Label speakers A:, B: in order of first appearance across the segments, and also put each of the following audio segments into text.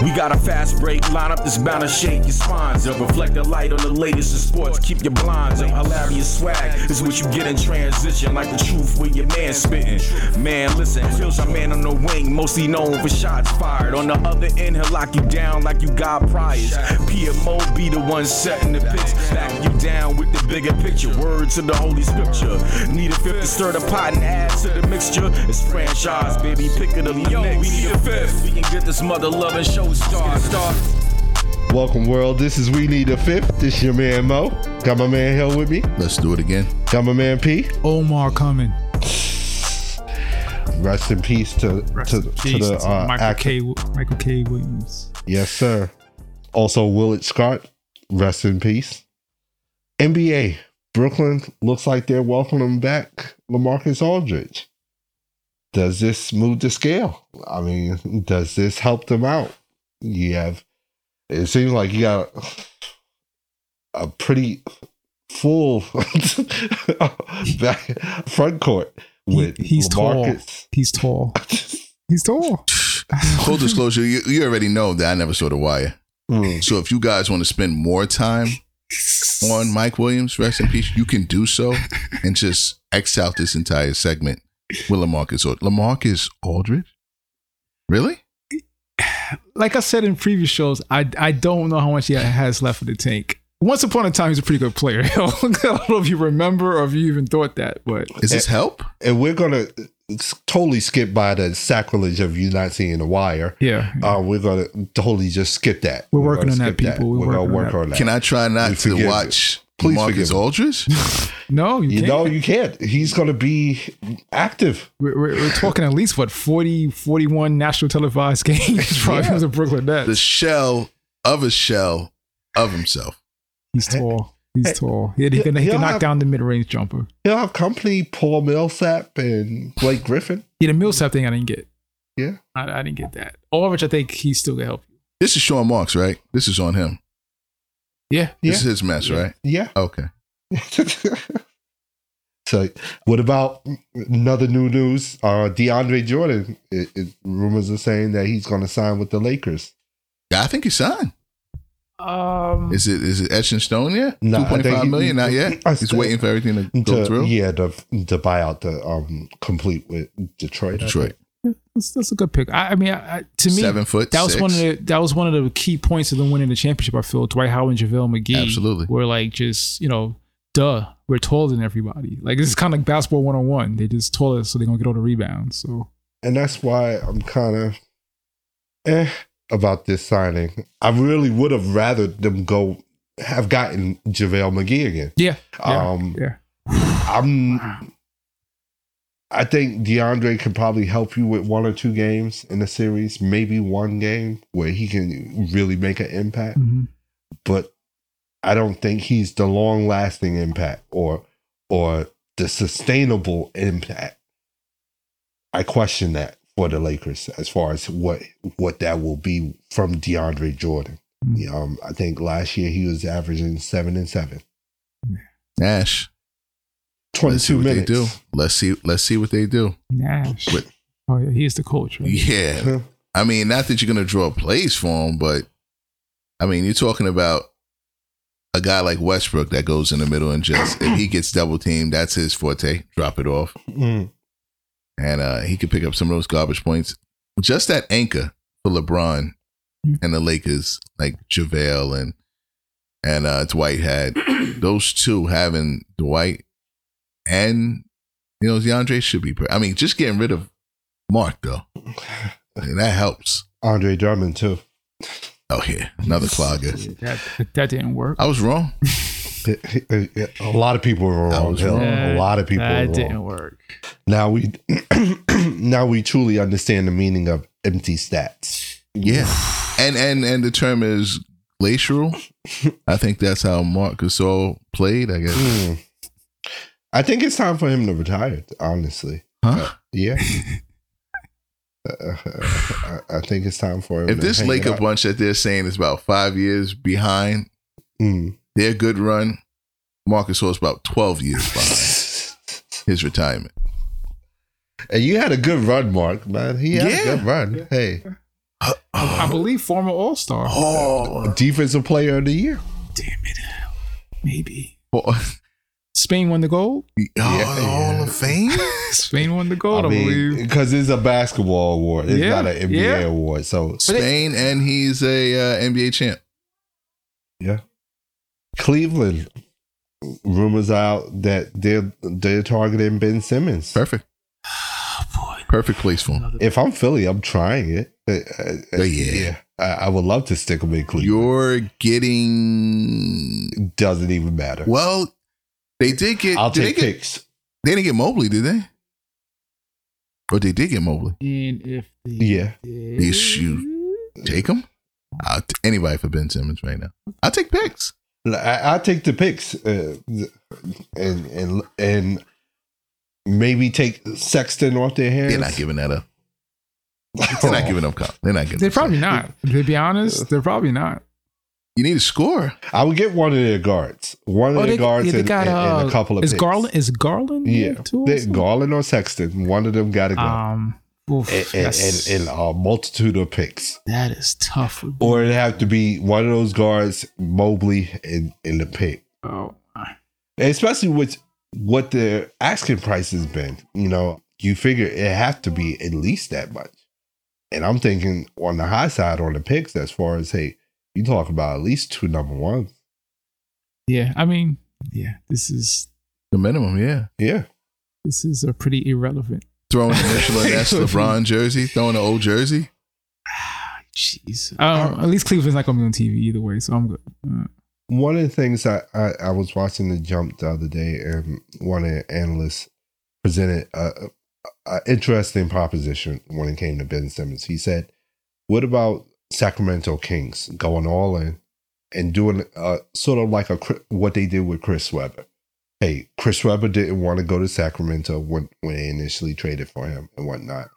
A: We got a fast break lineup that's bound to shake your spines up. Reflect the light on the latest in sports, keep your blinds up. Hilarious swag is what you get in transition, like the truth with your man spitting. Man, listen, feels our man on the wing, mostly known for shots fired. On the other end, he'll lock you down like you got priors. PMO be the one setting the pitch, back you down with the bigger picture. Word to the Holy Scripture. Need a fifth to stir the pot and add to the mixture. It's franchise, baby, pick it up. Yo, we need a fifth. We can get this mother loving show started.
B: Welcome, world. This is We Need a Fifth. This your man Mo. Got my man Hill with me.
C: Let's do it again.
B: Got my man P.
D: Omar coming.
B: Rest in peace to
D: Rest
B: to,
D: in peace
B: to the uh,
D: Michael
B: actor.
D: K. Wi- Michael K. Williams.
B: Yes, sir. Also, Willard Scott. Rest in peace. NBA. Brooklyn looks like they're welcoming back Lamarcus Aldridge. Does this move the scale? I mean, does this help them out? You have, it seems like you got a pretty full back front court with
D: He- he's tall.
B: LaMarcus.
D: He's tall. He's tall.
C: Full disclosure, you, you already know that I never saw The Wire.
B: Hmm.
C: So if you guys want to spend more time on Mike Williams, rest in peace, you can do so and just X out this entire segment with Lamarcus Aldridge. Lamarcus Aldridge? Really?
D: Like I said in previous shows, I I don't know how much he has left of the tank. Once upon a time, he was a pretty good player. I don't know if you remember or if you even thought that, but
C: Is this
B: Eh,
C: help?
B: and we're gonna s- totally skip by the sacrilege of you not seeing the wire.
D: yeah,
B: Uh, we're gonna totally just skip that.
D: We're working
B: gonna
D: on that,
B: skip
D: people.
B: We're,
D: We're
B: gonna
D: working on
B: work
D: that.
B: on that.
C: Can I try
B: We
C: not
B: forgive
C: to
B: you.
C: watch
B: Please forgive
C: Lamarcus
B: me.
C: Aldridge?
D: no, you,
B: You
D: can't.
B: know, you can't. He's gonna be active.
D: we're, we're, we're talking at least what 40, 41 national televised games. Probably
B: Yeah.
D: was a Brooklyn
C: The
D: Nets.
C: shell of a shell of himself.
D: He's tall. He's tall. He, he can, he
B: He'll
D: can knock
B: have-
D: down the mid range jumper.
B: He'll have company. Paul Millsap and Blake Griffin.
D: Yeah, the Millsap thing I didn't get.
B: Yeah.
D: I, I didn't get that. All of which I think he's still gonna help you.
C: This is Sean Marks, right? This is on him.
D: Yeah.
B: Yeah.
C: This is his mess, right?
B: Yeah.
C: Okay.
B: so, what about another new news? Uh, DeAndre Jordan. It, it, rumors are saying that he's gonna sign with the Lakers.
C: I think he's signed.
D: Um.
C: Is it is it etched in stone yet?
B: No, I
C: Two point
B: think
C: five
B: he-
C: million, not yet.
B: I
C: He's
B: said-
C: waiting for everything to go
B: To-
C: through.
B: yeah, the the buyout, the um, complete with Detroit. I think.
C: Detroit,
D: That's, that's a good pick. I, I mean, I, I- to me,
C: seven foot.
D: that was
C: six.
D: one of the that was one of the key points of them winning the championship. I feel Dwight Howard and JaVale McGee
C: Absolutely.
D: were like just you know, duh, we're taller than everybody. Like this is kind of like basketball one on one. They just taller, so they're gonna get all the rebounds. So
B: and that's why I'm kind of eh about this signing. I really would have rather them go have gotten JaVale McGee again.
D: yeah, yeah,
B: um,
D: yeah.
B: I'm. I think DeAndre can probably help you with one or two games in the series, maybe one game where he can really make an impact.
D: Mhm.
B: But I don't think he's the long-lasting impact or or the sustainable impact. I question that for the Lakers as far as what what that will be from DeAndre Jordan.
D: Mhm.
B: Um, I think last year he was averaging seven and seven.
C: Nash. Let's see
B: 22
C: what
B: minutes.
C: they do. Let's see. Let's see what they do.
D: Nash.
C: But-
D: Oh yeah, he's the coach. Right?
C: Yeah. I mean, not that you're gonna draw plays for him, but I mean, you're talking about a guy like Westbrook that goes in the middle and just if he gets double teamed, that's his forte. Drop it off.
B: Mm.
C: and uh, he could pick up some of those garbage points. Just that anchor for LeBron
D: Yeah.
C: and the Lakers, like JaVale and and uh, Dwight had those two having Dwight and you know DeAndre should be. pre- I mean, just getting rid of Mark though, I mean, that helps.
B: Andre Drummond too.
C: Oh yeah, another clogger.
D: That that didn't work.
C: I was wrong.
B: A lot of people were
C: That
B: wrong.
C: was
B: Hill.
C: wrong.
B: A lot of people
D: That
B: were wrong.
D: didn't work.
B: Now we now we truly understand the meaning of empty stats.
C: Yeah, and and and the term is glacial. I think that's how Mark Gasol played. I guess.
B: Hmm. I think it's time for him to retire. Honestly,
C: Huh?
B: yeah. Uh, I, I think it's time for him.
C: If
B: to
C: this
B: hang it
C: Laker
B: up.
C: bunch that they're saying is about five years behind
B: Hmm.
C: their good run, Marcus Hall's about twelve years behind his retirement.
B: and you had a good run, Mark. Man, he had
C: Yeah.
B: a good run. Hey,
D: I, I believe former All Star.
C: Oh,
B: Defensive Player of the Year.
D: Damn it, maybe
C: oh
D: Spain won the gold.
C: the Hall of Fame.
D: Spain won the gold, I,
B: I mean,
D: believe.
B: because it's a basketball award. It's
D: Yeah,
B: not an NBA
D: yeah.
B: award. So
C: Spain, and he's a uh, NBA champ.
B: Yeah. Cleveland. Rumors out that they're they're targeting Ben Simmons.
C: Perfect. Perfect place for him.
B: If I'm Philly, I'm trying it. Uh, uh,
C: Oh, yeah.
B: I, I would love to stick him in Cleveland.
C: You're getting
B: Doesn't even matter.
C: well. They did get.
B: I'll
C: did
B: take
C: they, get
B: picks.
C: they didn't get Mobley, did they? Or they did get Mobley.
D: And if the
B: Yeah.
C: They shoot. Take him. I'll t- anybody for Ben Simmons right now. I'll take picks.
B: I, I'll take the picks uh, and and and maybe take Sexton off their hands.
C: They're not giving that up. They're not giving up. Kyle. They're not giving.
D: They're
C: up.
D: probably not. To be honest, they're probably not.
C: You need a score.
B: I would get one of their guards.
D: Oh,
B: One of their guards and, and- and a couple of
D: uh, is
B: picks.
D: Garland is Garland
B: Yeah,
D: there too?
B: they, Garland or Sexton, one of them got to go,
D: um, oof,
B: and, and,
D: that's-
B: and- Oh. and a multitude of picks,
D: that is tough.
B: or it have to be one of those guards, Mobley, and in the pick,
D: Oh,
B: And especially with what their asking price has been. You know, you figure it have to be at least that much, and I'm thinking on the high side on the picks as far as hey, you talk about at least two number ones,
D: yeah. I mean, yeah. This is
C: The minimum, yeah.
B: yeah.
D: this is a pretty irrelevant.
C: Throwing the Michelin S LeBron jersey, throwing an old jersey.
D: Ah, Jeez. Um, at least Cleveland's not gonna be on TV either way, so I'm good. Uh,
B: one of the things I, I, I was watching the jump the other day and one of the analysts presented a, a, a interesting proposition when it came to ben simmons he said what about sacramento kings going all in and doing uh, sort of like a Chri- what they did with chris webber hey chris webber didn't want to go to sacramento when, when they initially traded for him and whatnot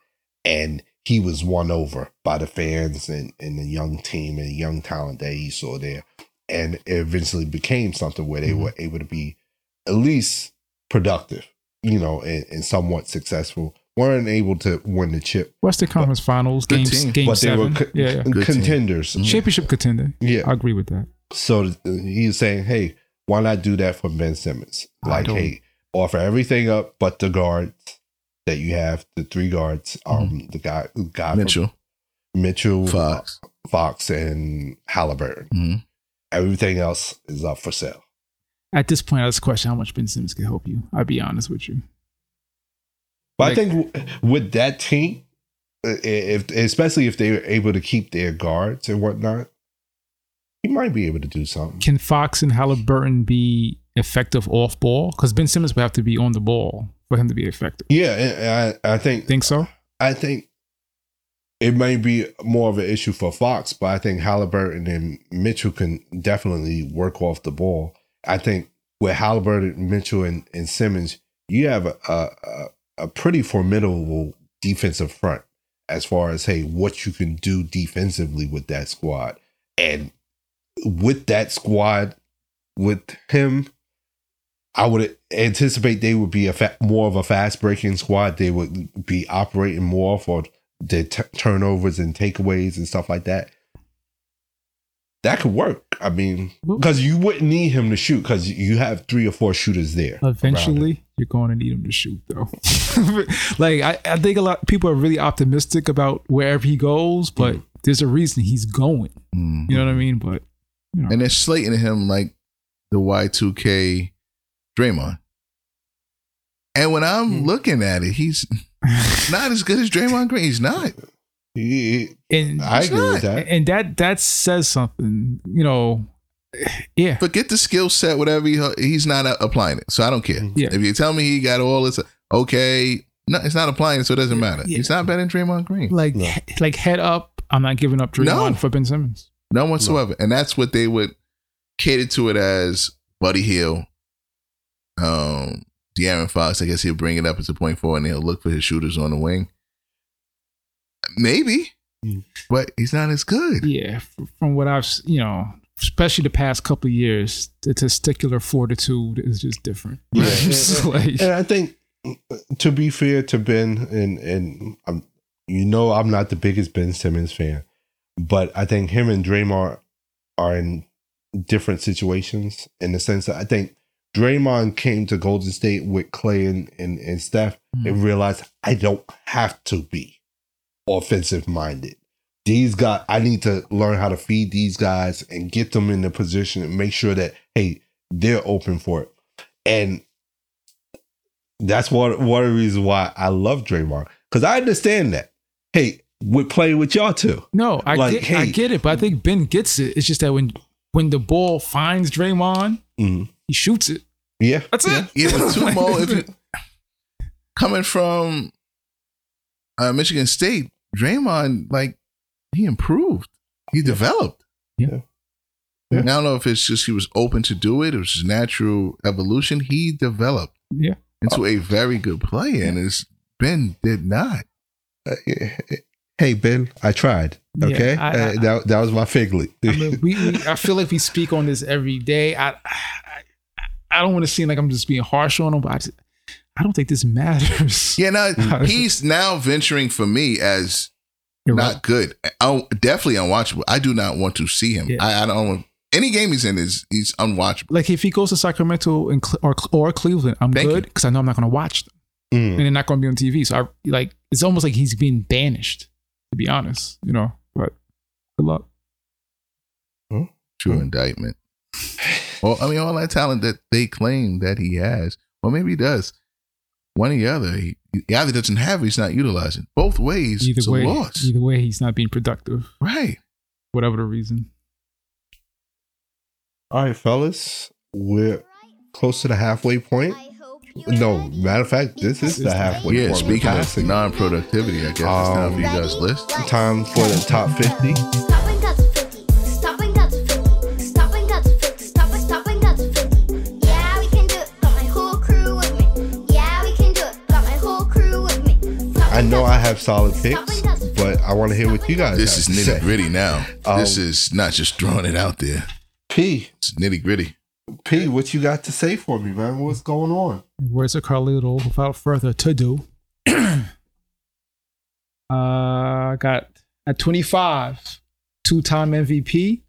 B: and he was won over by the fans and, and the young team and young talent that he saw there and it eventually became something where they
D: Mm-hmm.
B: were able to be at least productive, you know, and, and somewhat successful. weren't able to win the chip,
D: Western Conference Finals,
C: Good
D: game
C: team.
D: game
B: but
D: seven.
B: they were co-
D: yeah, yeah.
C: team. Mm-hmm.
B: contenders.
D: championship contender.
B: Yeah.
D: I agree with that.
B: So uh, he was saying, "Hey, why not do that for Ben Simmons?
D: I
B: Like,
D: don't-
B: hey, offer everything up but the guards that you have, the three guards, um,
D: Mm-hmm.
B: the guy, guy from-
C: Mitchell,
B: Mitchell,
C: Fox.
B: Fox, and Halliburton.
C: hmm
B: Everything else is up for sale."
D: At this point, I just question how much Ben Simmons can help you. I'll be honest with you.
B: But
D: Like-
B: I think w- with that team, i- if especially if they were able to keep their guards and whatnot, he might be able to do something.
D: Can Fox and Halliburton be effective off ball? Because Ben Simmons would have to be on the ball for him to be effective.
B: yeah, and I, I think
D: Think so?
B: I think it may be more of an issue for Fox, but I think Halliburton and Mitchell can definitely work off the ball. I think with Halliburton, Mitchell, and, and Simmons, you have a, a a pretty formidable defensive front as far as hey what you can do defensively with that squad, and with that squad, with him I would anticipate they would be a fa- more of a fast breaking squad. They would be operating more for their t- turnovers and takeaways and stuff like that. That could work. I mean, because you wouldn't need him to shoot because you have three or four shooters there. around him.
D: Eventually, you're going to need him to shoot, though. like I, I think a lot people are really optimistic about wherever he goes, but
B: Mm.
D: there's a reason he's going. You know what I mean? But
C: Mm-hmm. And they're slating him like the Y2K Draymond. And when I'm
D: Hmm.
C: looking at it, he's not as good as Draymond Green. He's not.
B: He- he-
D: and
B: I agree with that.
D: and that that says something. You know, yeah.
C: Forget the skill set, whatever. He, he's not uh, applying it. So I don't care.
D: Yeah.
C: If you tell me he got all this, okay. No, it's not applying, so it doesn't matter.
D: yeah.
C: He's not better than Draymond Green.
D: like
B: No.
D: he- like head up. I'm not giving up Draymond
C: No.
D: for Ben Simmons.
C: None whatsoever. And that's what they would cater to it as Buddy Hill, um, De'Aaron Fox. I guess he'll bring it up as a point four and he'll look for his shooters on the wing. Maybe.
B: Mm.
C: But he's not as good.
D: Yeah, f- from what I've s- you know, especially the past couple of years, the testicular fortitude is just different.
B: Yeah.
D: It's like,
B: And I think, to be fair to Ben, and and I'm, you know, I'm not the biggest Ben Simmons fan, But I think him and Draymond are in different situations in the sense that I think Draymond came to Golden State with Clay and, and, and Steph and realized I don't have to be offensive minded. These guys, I need to learn how to feed these guys and get them in the position and make sure that, hey, they're open for it. And that's what one of the reasons why I love Draymond. Because I understand that. Hey, we're playing with y'all too.
D: No, I
B: Like,
D: get,
B: hey.
D: I get it, but I think Ben gets it. It's just that when when the ball finds Draymond,
B: Mhm.
D: he shoots it.
B: Yeah.
D: That's it.
C: Yeah, but two more. If you, coming from uh, Michigan State, Draymond, like he improved, he developed.
D: Yeah.
B: Yeah.
C: And I don't know if it's just he was open to do it. It was just natural evolution. He developed
D: Yeah.
C: into a very good player, and it's Ben did not.
B: Uh, yeah. Hey, Ben, I tried.
D: Yeah,
B: Okay.
D: I-
B: Uh,
D: I-
B: that, that was my fig leaf.
D: I mean, we, we I feel like we speak on this every day. I I, I don't want to seem like I'm just being harsh on him, but I, just- I don't think this matters.
C: Yeah, now he's now venturing for me as
D: You're
C: not
D: right.
C: good. Oh, definitely unwatchable. I do not want to see him.
D: Yeah.
C: I, I don't. want- Any game he's in is he's unwatchable.
D: Like if he goes to Sacramento and Cle- or or Cleveland, I'm
C: Thank
D: good because I know I'm not going to watch them
B: Mm.
D: and they're not going to be on TV. So I like it's almost like he's being banished. To be honest, you know. But good luck.
C: true indictment. Well, I mean, all that talent that they claim that he has, well, maybe he does. One or the other, he, he either doesn't have it, he's not utilizing. Both ways, it's
D: Either
C: a
D: way,
C: loss.
D: either way, he's not being productive,
C: Right.
D: whatever the reason.
B: All right, fellas, we're close to the halfway point. No, matter of fact, this is the halfway
C: yeah,
B: point.
C: speaking
B: We're
C: of
B: passing.
C: non productivity, I guess it's time for you guys' list.
B: time for the top 50.
E: Stopping got 50. Stopping got 50. Stopping got 50. Stopping, stopping got 50. Yeah, we can do it. Got my whole crew with me. Yeah, we can do it. Got my whole crew with me.
B: I know I have solid picks, but I want to hear what you guys
C: This
B: have
C: is
B: to say.
C: nitty gritty now.
B: Um,
C: this is not just throwing it out there,
B: P,
C: it's nitty gritty.
B: P, what you got to say for me, man? What's going on?
D: Words of Carlito without further to do. uh got at 25, two-time MVP,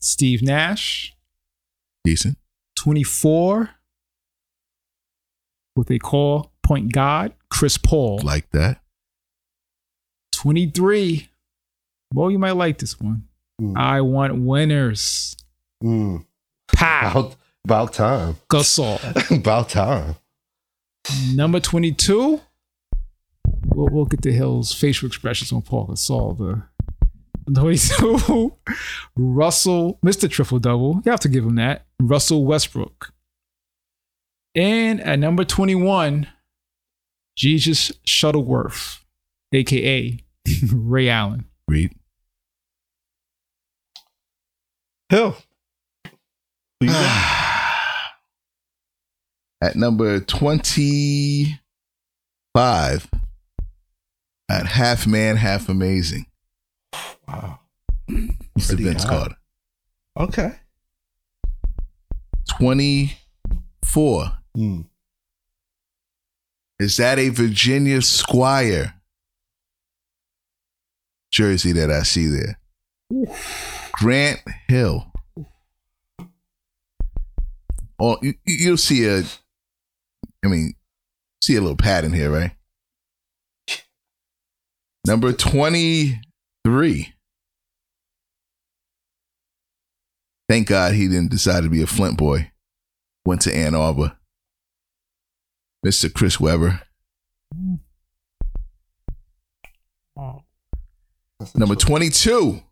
D: Steve Nash,
C: Decent.
D: 24 what they call point guard, Chris Paul.
C: Like that.
D: 23. Well, you might like this one.
B: Mm.
D: I want winners.
B: Mm.
D: Pow.
B: About, about time.
D: Gasol.
B: about time.
D: Number 22. We'll, we'll get the Hill's facial expressions on Paul Gasol. The number 22. Russell, Mr. Triple Double. You have to give him that. Russell Westbrook. And at number 21, Jesus Shuttleworth, aka Ray Allen.
C: Read.
B: Hill. who you got?
C: At number 25, at half man, half amazing,
B: wow.
C: Mr.
B: Pretty
C: Vince
B: high.
C: Carter.
B: Okay.
C: 24.
B: Mm.
C: Is that a Virginia Squire jersey that I see there? Grant Hill. Oh, you, you- you'll see a, I mean, see a little pattern here, right? Number 23. Thank God he didn't decide to be a Flint boy. Went to Ann Arbor. Mr. Chris Webber. Number 22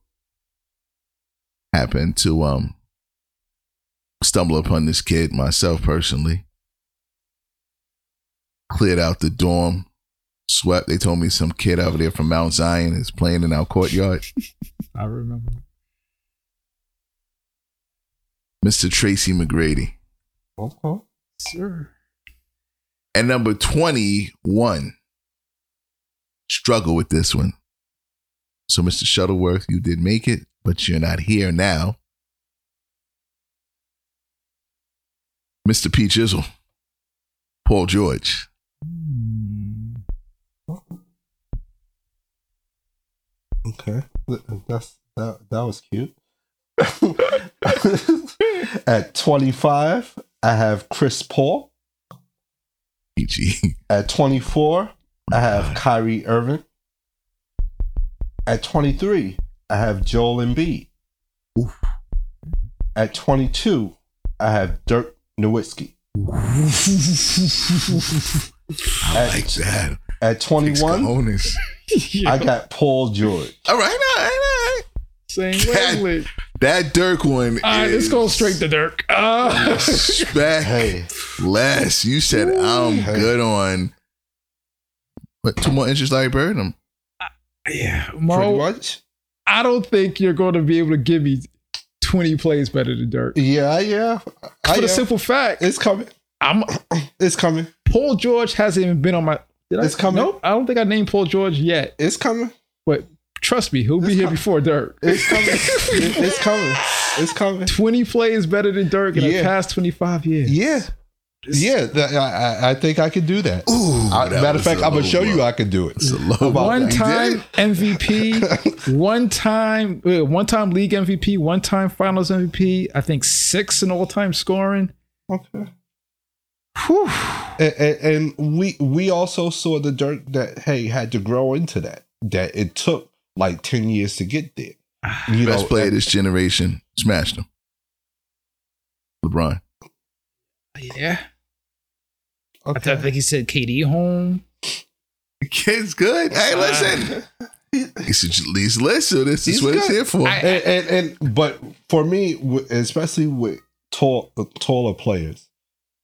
C: happened to um stumble upon this kid myself personally. Cleared out the dorm, swept. They told me some kid over there from Mount Zion is playing in our courtyard.
D: I remember.
C: Mr. Tracy McGrady.
B: Okay.
D: Sir.
C: And number 21, struggle with this one. So, Mr. Shuttleworth, you did make it, but you're not here now. Mr. P. Chisel, Paul George.
B: Okay. That's That that was cute. At 25, I have Chris Paul.
C: PG.
B: At 24, I have Kyrie Irving. At 23, I have Joel Embiid. At 22, I have Dirk Nowitzki.
C: I like that.
B: At
C: Takes
B: 21,
C: cojones.
B: I got Paul George.
C: All right, all right, all right.
D: Same
C: God.
D: wavelength.
C: That Dirk one.
D: All right, let's
C: is
D: go straight to Dirk. Uh,
C: Spec
B: Hey,
C: less. You said I'm
B: Hey.
C: good on. What two more inches, Larry Bird? I'm,
D: yeah,
B: pretty
D: Mo,
B: much.
D: I don't think you're going to be able to give me 20 plays better than Dirk.
B: Yeah, yeah. I
D: For
B: am.
D: the simple fact,
B: it's coming.
D: I'm
B: It's coming.
D: Paul George hasn't even been on my. Did
B: It's
D: I,
B: coming.
D: Nope, I don't think I named Paul George yet.
B: It's coming.
D: But trust me, he'll be here before Dirk.
B: It's coming. It- it's coming. It's coming.
D: 20 plays better than Dirk in the
B: Yeah.
D: past 25 years.
B: Yeah. Yeah, th- I, I- I think I could do that.
C: Ooh,
B: I-
C: that
B: matter of
C: was
B: fact,
C: a
B: I'm gonna
C: low
B: show you
C: blow.
B: I could do it.
C: It's a low.
B: About
D: One
B: that.
C: You
D: time
C: did it.
D: MVP, one time, uh, one time league MVP, one time Finals MVP. I think six in all time scoring.
B: Okay.
D: Whew.
B: And, and, and we we also saw the dirt that hey had to grow into that. That it took like ten years to get there. You
C: Best
B: know,
C: player this generation smashed him. LeBron.
D: Yeah, I,
B: okay.
D: th- I think he said KD home.
C: The kid's good. Hey, listen. This is least listen. This is
B: He's
C: what it's
B: good.
C: here for.
D: I-
B: and, and and but for me, w- especially with tall uh, taller players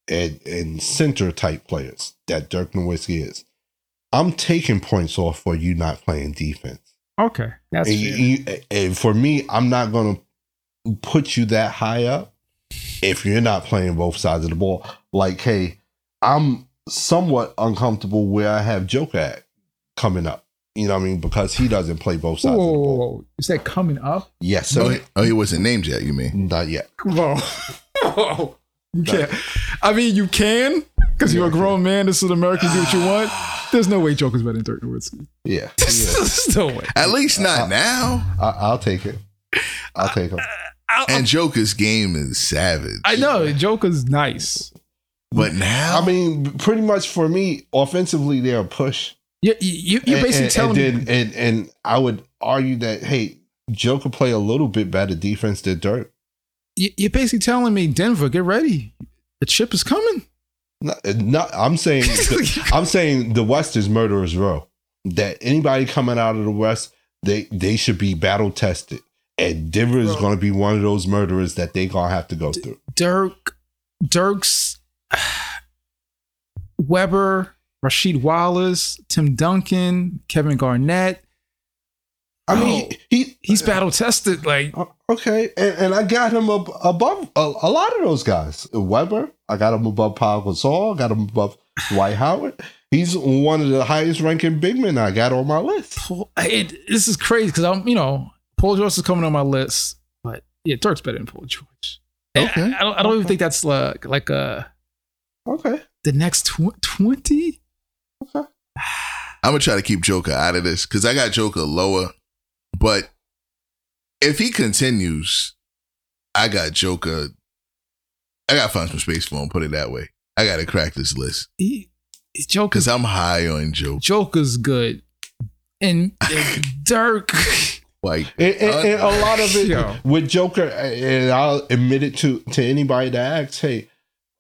B: and and center type players that Dirk Nowitzki is, I'm taking points off for you not playing defense.
D: Okay, that's
B: and,
D: fair.
B: you- you- and for me, I'm not gonna put you that high up if you're not playing both sides of the ball. Like, hey, I'm somewhat uncomfortable where I have Joker at coming up. You know what I mean? Because he doesn't play both sides
D: Whoa,
B: of the
D: whoa,
B: ball.
D: whoa. is that coming up?
B: Yes,
C: oh,
B: sir.
C: he, oh, he wasn't named yet. You mean?
B: Not yet.
D: Whoa, whoa. You can't. I mean, you can because you're a grown man. This is America. Do what you want. There's no way Joker's better than Dirk Nowitzki.
B: Yeah.
D: There's no way.
C: At least not
D: Uh,
C: now.
B: I, I'll take it. I'll take him.
C: And Joker's game is savage.
D: uh, I know Joker's nice.
C: but now,
B: I mean, pretty much for me, offensively, they're a push.
D: You, you, you're
B: And-
D: basically
B: and,
D: telling
B: and
D: me.
B: then, and and I would argue that hey, Joker play a little bit better defense than Dirk.
D: you- You're basically telling me, Denver, get ready. The chip is coming.
B: Not, uh, not- I'm saying I'm saying the West is murderers row. That anybody coming out of the West, they they should be battle tested. And Denver is going to be one of those murderers that they gonna have to go through.
D: Dirk, Dirk's, Weber, Rashid Wallace, Tim Duncan, Kevin Garnett.
B: I mean,
D: Oh.
B: he
D: He's battle tested. Like,
B: Uh, Okay, and, and I got him ab- above a, a lot of those guys. Weber, I got him above Paul Gasol, I got him above Dwight Howard. He's one of the highest ranking big men I got on my list.
D: Paul- it, this is crazy because I'm, you know, Paul George is coming on my list, but yeah, Dirk's better than Paul George. And
C: Okay.
D: I, I don't, I don't even think that's like, like uh,
B: Okay,
D: the next tw- 20.
C: I'm gonna try to keep Joker out of this because I got Joker lower. But if he continues, I got Joker. I gotta find some space for him. Put it that way. I gotta crack this list
D: He, Joker's
C: because I'm high on Joker.
D: Joker's good, and, and Dirk.
C: Like
B: and, and- and a lot of it
D: Uh, Yo.
B: with Joker, and I'll admit it to to anybody that asks, hey,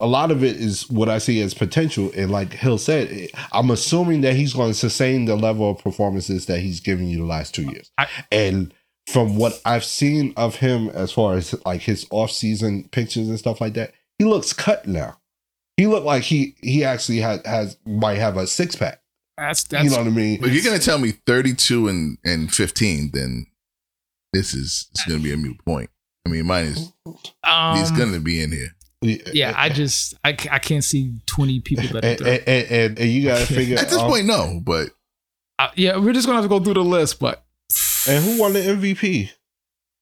B: a lot of it is what I see as potential. And like Hill said, eh, I'm assuming that he's going to sustain the level of performances that he's given you the last two years.
D: I-
B: and from what I've seen of him, as far as like his off season pictures and stuff like that, he looks cut now. He looked like he he actually has, has might have a six pack.
D: That's that's
B: You know what I mean?
C: if you're gonna tell me 32 and and 15, then this is it's gonna be a moot point. I mean, mine is
D: um,
C: he's gonna be in here.
D: Yeah, I just I, ca- I can't see twenty people better. than
B: And,
D: Dirk.
B: and, and, and you gotta figure
C: At this
D: um,
B: out-
C: point, no. But
D: Uh, yeah, we're just gonna have to go through the list, but
B: And who won the MVP?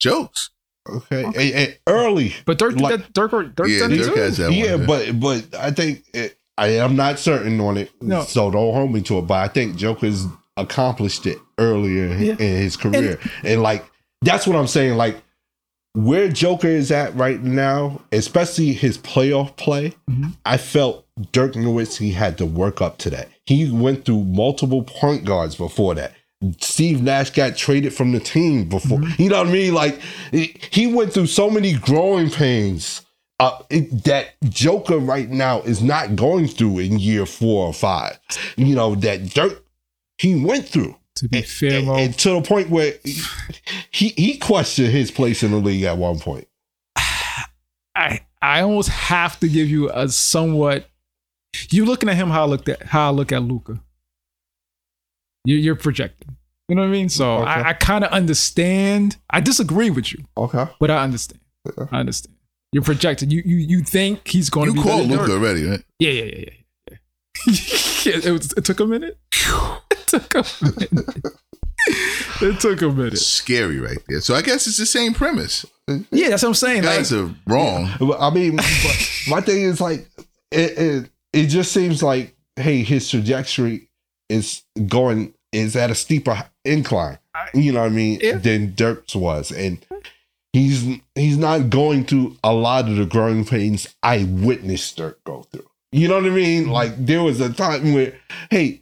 C: jokes.
B: Okay, And- and early.
D: but Dirk did
B: Like-
D: that Dirk or Dirk
C: yeah,
D: done it
C: Dirk
D: too.
C: has that
B: yeah,
C: one.
B: but but I think it, I am not certain on it,
D: No.
B: so don't hold me to it. But I think Joker's accomplished it earlier
D: Yeah.
B: in his career, and, like That's what I'm saying. Like where Joker is at right now, especially his playoff play,
D: Mm-hmm.
B: I felt Dirk Nowitzki had to work up to that. He went through multiple point guards before that. Steve Nash got traded from the team before.
D: Mm-hmm.
B: You know what I mean? Like he he went through so many growing pains uh, it- that Joker right now is not going through in year four or five. You know that Dirk he went through.
D: To be fair,
B: And-
D: Mo,
B: and to the point where he he questioned his place in the league at one point.
D: I I almost have to give you a somewhat. You looking at him how I looked at how I look at Luca. You're, you're projecting. You know what I mean? So
B: Okay.
D: I, I kind of understand. I disagree with you,
B: Okay.
D: but I understand. I understand. You're projecting. You you you think he's going to
C: You
D: be
C: called
D: better than
C: Luca
D: Dirk.
C: already, right?
D: Yeah, yeah, yeah, yeah. yeah. it, was, it took a minute. It took a minute. it took a minute.
C: Scary right there. So I guess it's the same premise.
D: Yeah, that's what I'm saying.
C: You
D: Like,
C: guys are wrong.
B: I mean, but my thing is like it, it it just seems like hey, his trajectory is going is at a steeper incline. You know what I mean?
D: Yeah.
B: Than Dirk's was, and he's he's not going through a lot of the growing pains I witnessed Dirk go through. You know what I mean? Like there was a time where hey,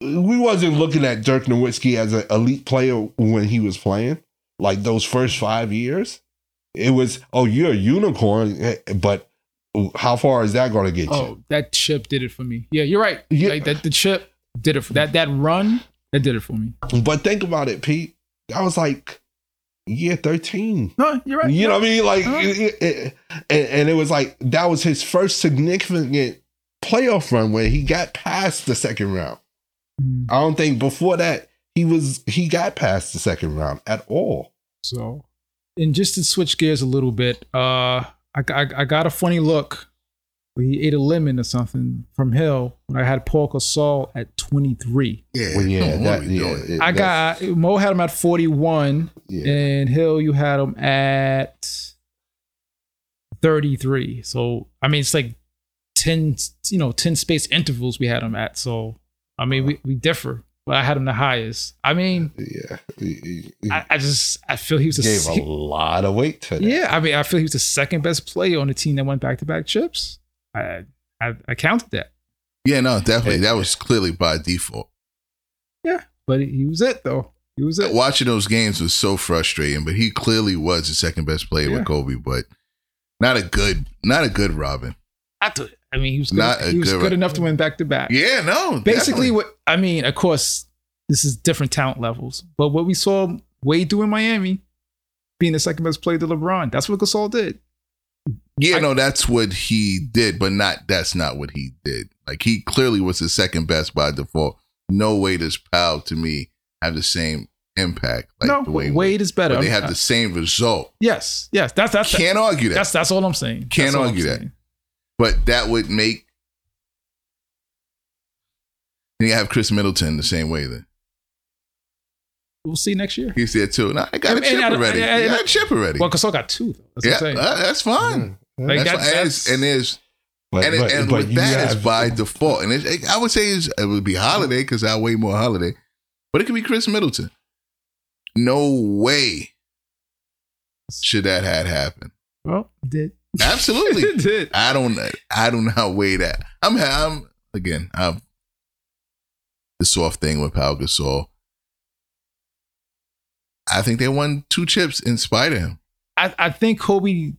B: we wasn't looking at Dirk Nowitzki as an elite player when he was playing. Like those first five years, it was oh you're a unicorn, eh, but how far is that going to get you?
D: Oh, that chip did it for me. Yeah, you're right.
B: Yeah.
D: Like that the chip did it for that that run that did it for me.
B: But think about it, Pete. That was like year thirteen.
D: No, you're right.
B: You know what I mean? Like,
D: Huh?
B: it- it- and, and it was like that was his first significant playoff run where he got past the second round.
D: Mm.
B: I don't think before that he was he got past the second round at all.
D: So, and just to switch gears a little bit, uh, I, I, I got a funny look. He ate a lemon or something from Hill when I had Paul Gasol at 23.
C: Yeah,
B: Well, yeah,
C: come on,
B: that,
C: what are we
B: yeah,
C: doing?
B: it-
D: I
B: that's-
D: got Mo had him at 41,
B: yeah.
D: and Hill you had him at 33. So I mean, it's like 10, you know, 10 space intervals we had him at. So I mean, we, we differ, but I had him the highest. I mean,
B: yeah. He- he- he
D: I, I just I feel he was a
B: gave
D: he-
B: a lot of weight to that.
D: Yeah, I mean, I feel he was the second best player on the team that went back to back chips. I, I I counted that.
C: Yeah, no, definitely. That was clearly by default.
D: Yeah, but he was it though. He was it.
C: Watching those games was so frustrating, but he clearly was the second best player
D: Yeah.
C: with Kobe, but not a good, not a good Robin.
D: I, thought- I mean, he was good,
C: Not a
D: he was
C: good
D: good,
C: re-
D: enough to win back to back.
C: Yeah, no.
D: Basically,
C: definitely.
D: what I mean, of course, this is different talent levels, but what we saw Wade do in Miami, being the second best player to LeBron, that's what Gasol did.
C: Yeah,
D: I-
C: no, that's what he did, but not that's not what he did. Like he clearly was the second best by default. No way does Powell to me have the same impact. Like
D: no,
C: the way
D: Wade is better.
C: but they
D: I'm-
C: have the same result.
D: yes, yes, that's that's
C: Can't argue that.
D: that's that's all I'm saying. That's
C: Can't
D: all I'm
C: argue that.
D: saying.
C: but that would make then you have Chris Middleton the same way then.
D: We'll see next year.
C: He's there too. No, I got
D: And-
C: a
D: and
C: chip
D: I-
C: already.
D: and-
C: I
D: and-
C: got a chip already.
D: Well, Gasol got two though. That's
C: yeah,
D: what I'm saying.
C: uh, that's fine.
D: Like,
C: That's
D: that-
C: fine. And it's- and there's
B: Mm. But,
C: and, it-
B: but-
C: and
B: but
C: with
B: you
C: that, it's
B: have-
C: by default. And it, it- I would say it's, it would be Holiday because I weigh more Holiday, but it could be Chris Middleton. No way should that had happened.
D: well, did
C: Absolutely,
D: did.
C: I don't. I do not weigh that. I'm. I'm again. I'm the soft thing with Pau Gasol. I think they won two chips in spite of him.
D: I, I think Kobe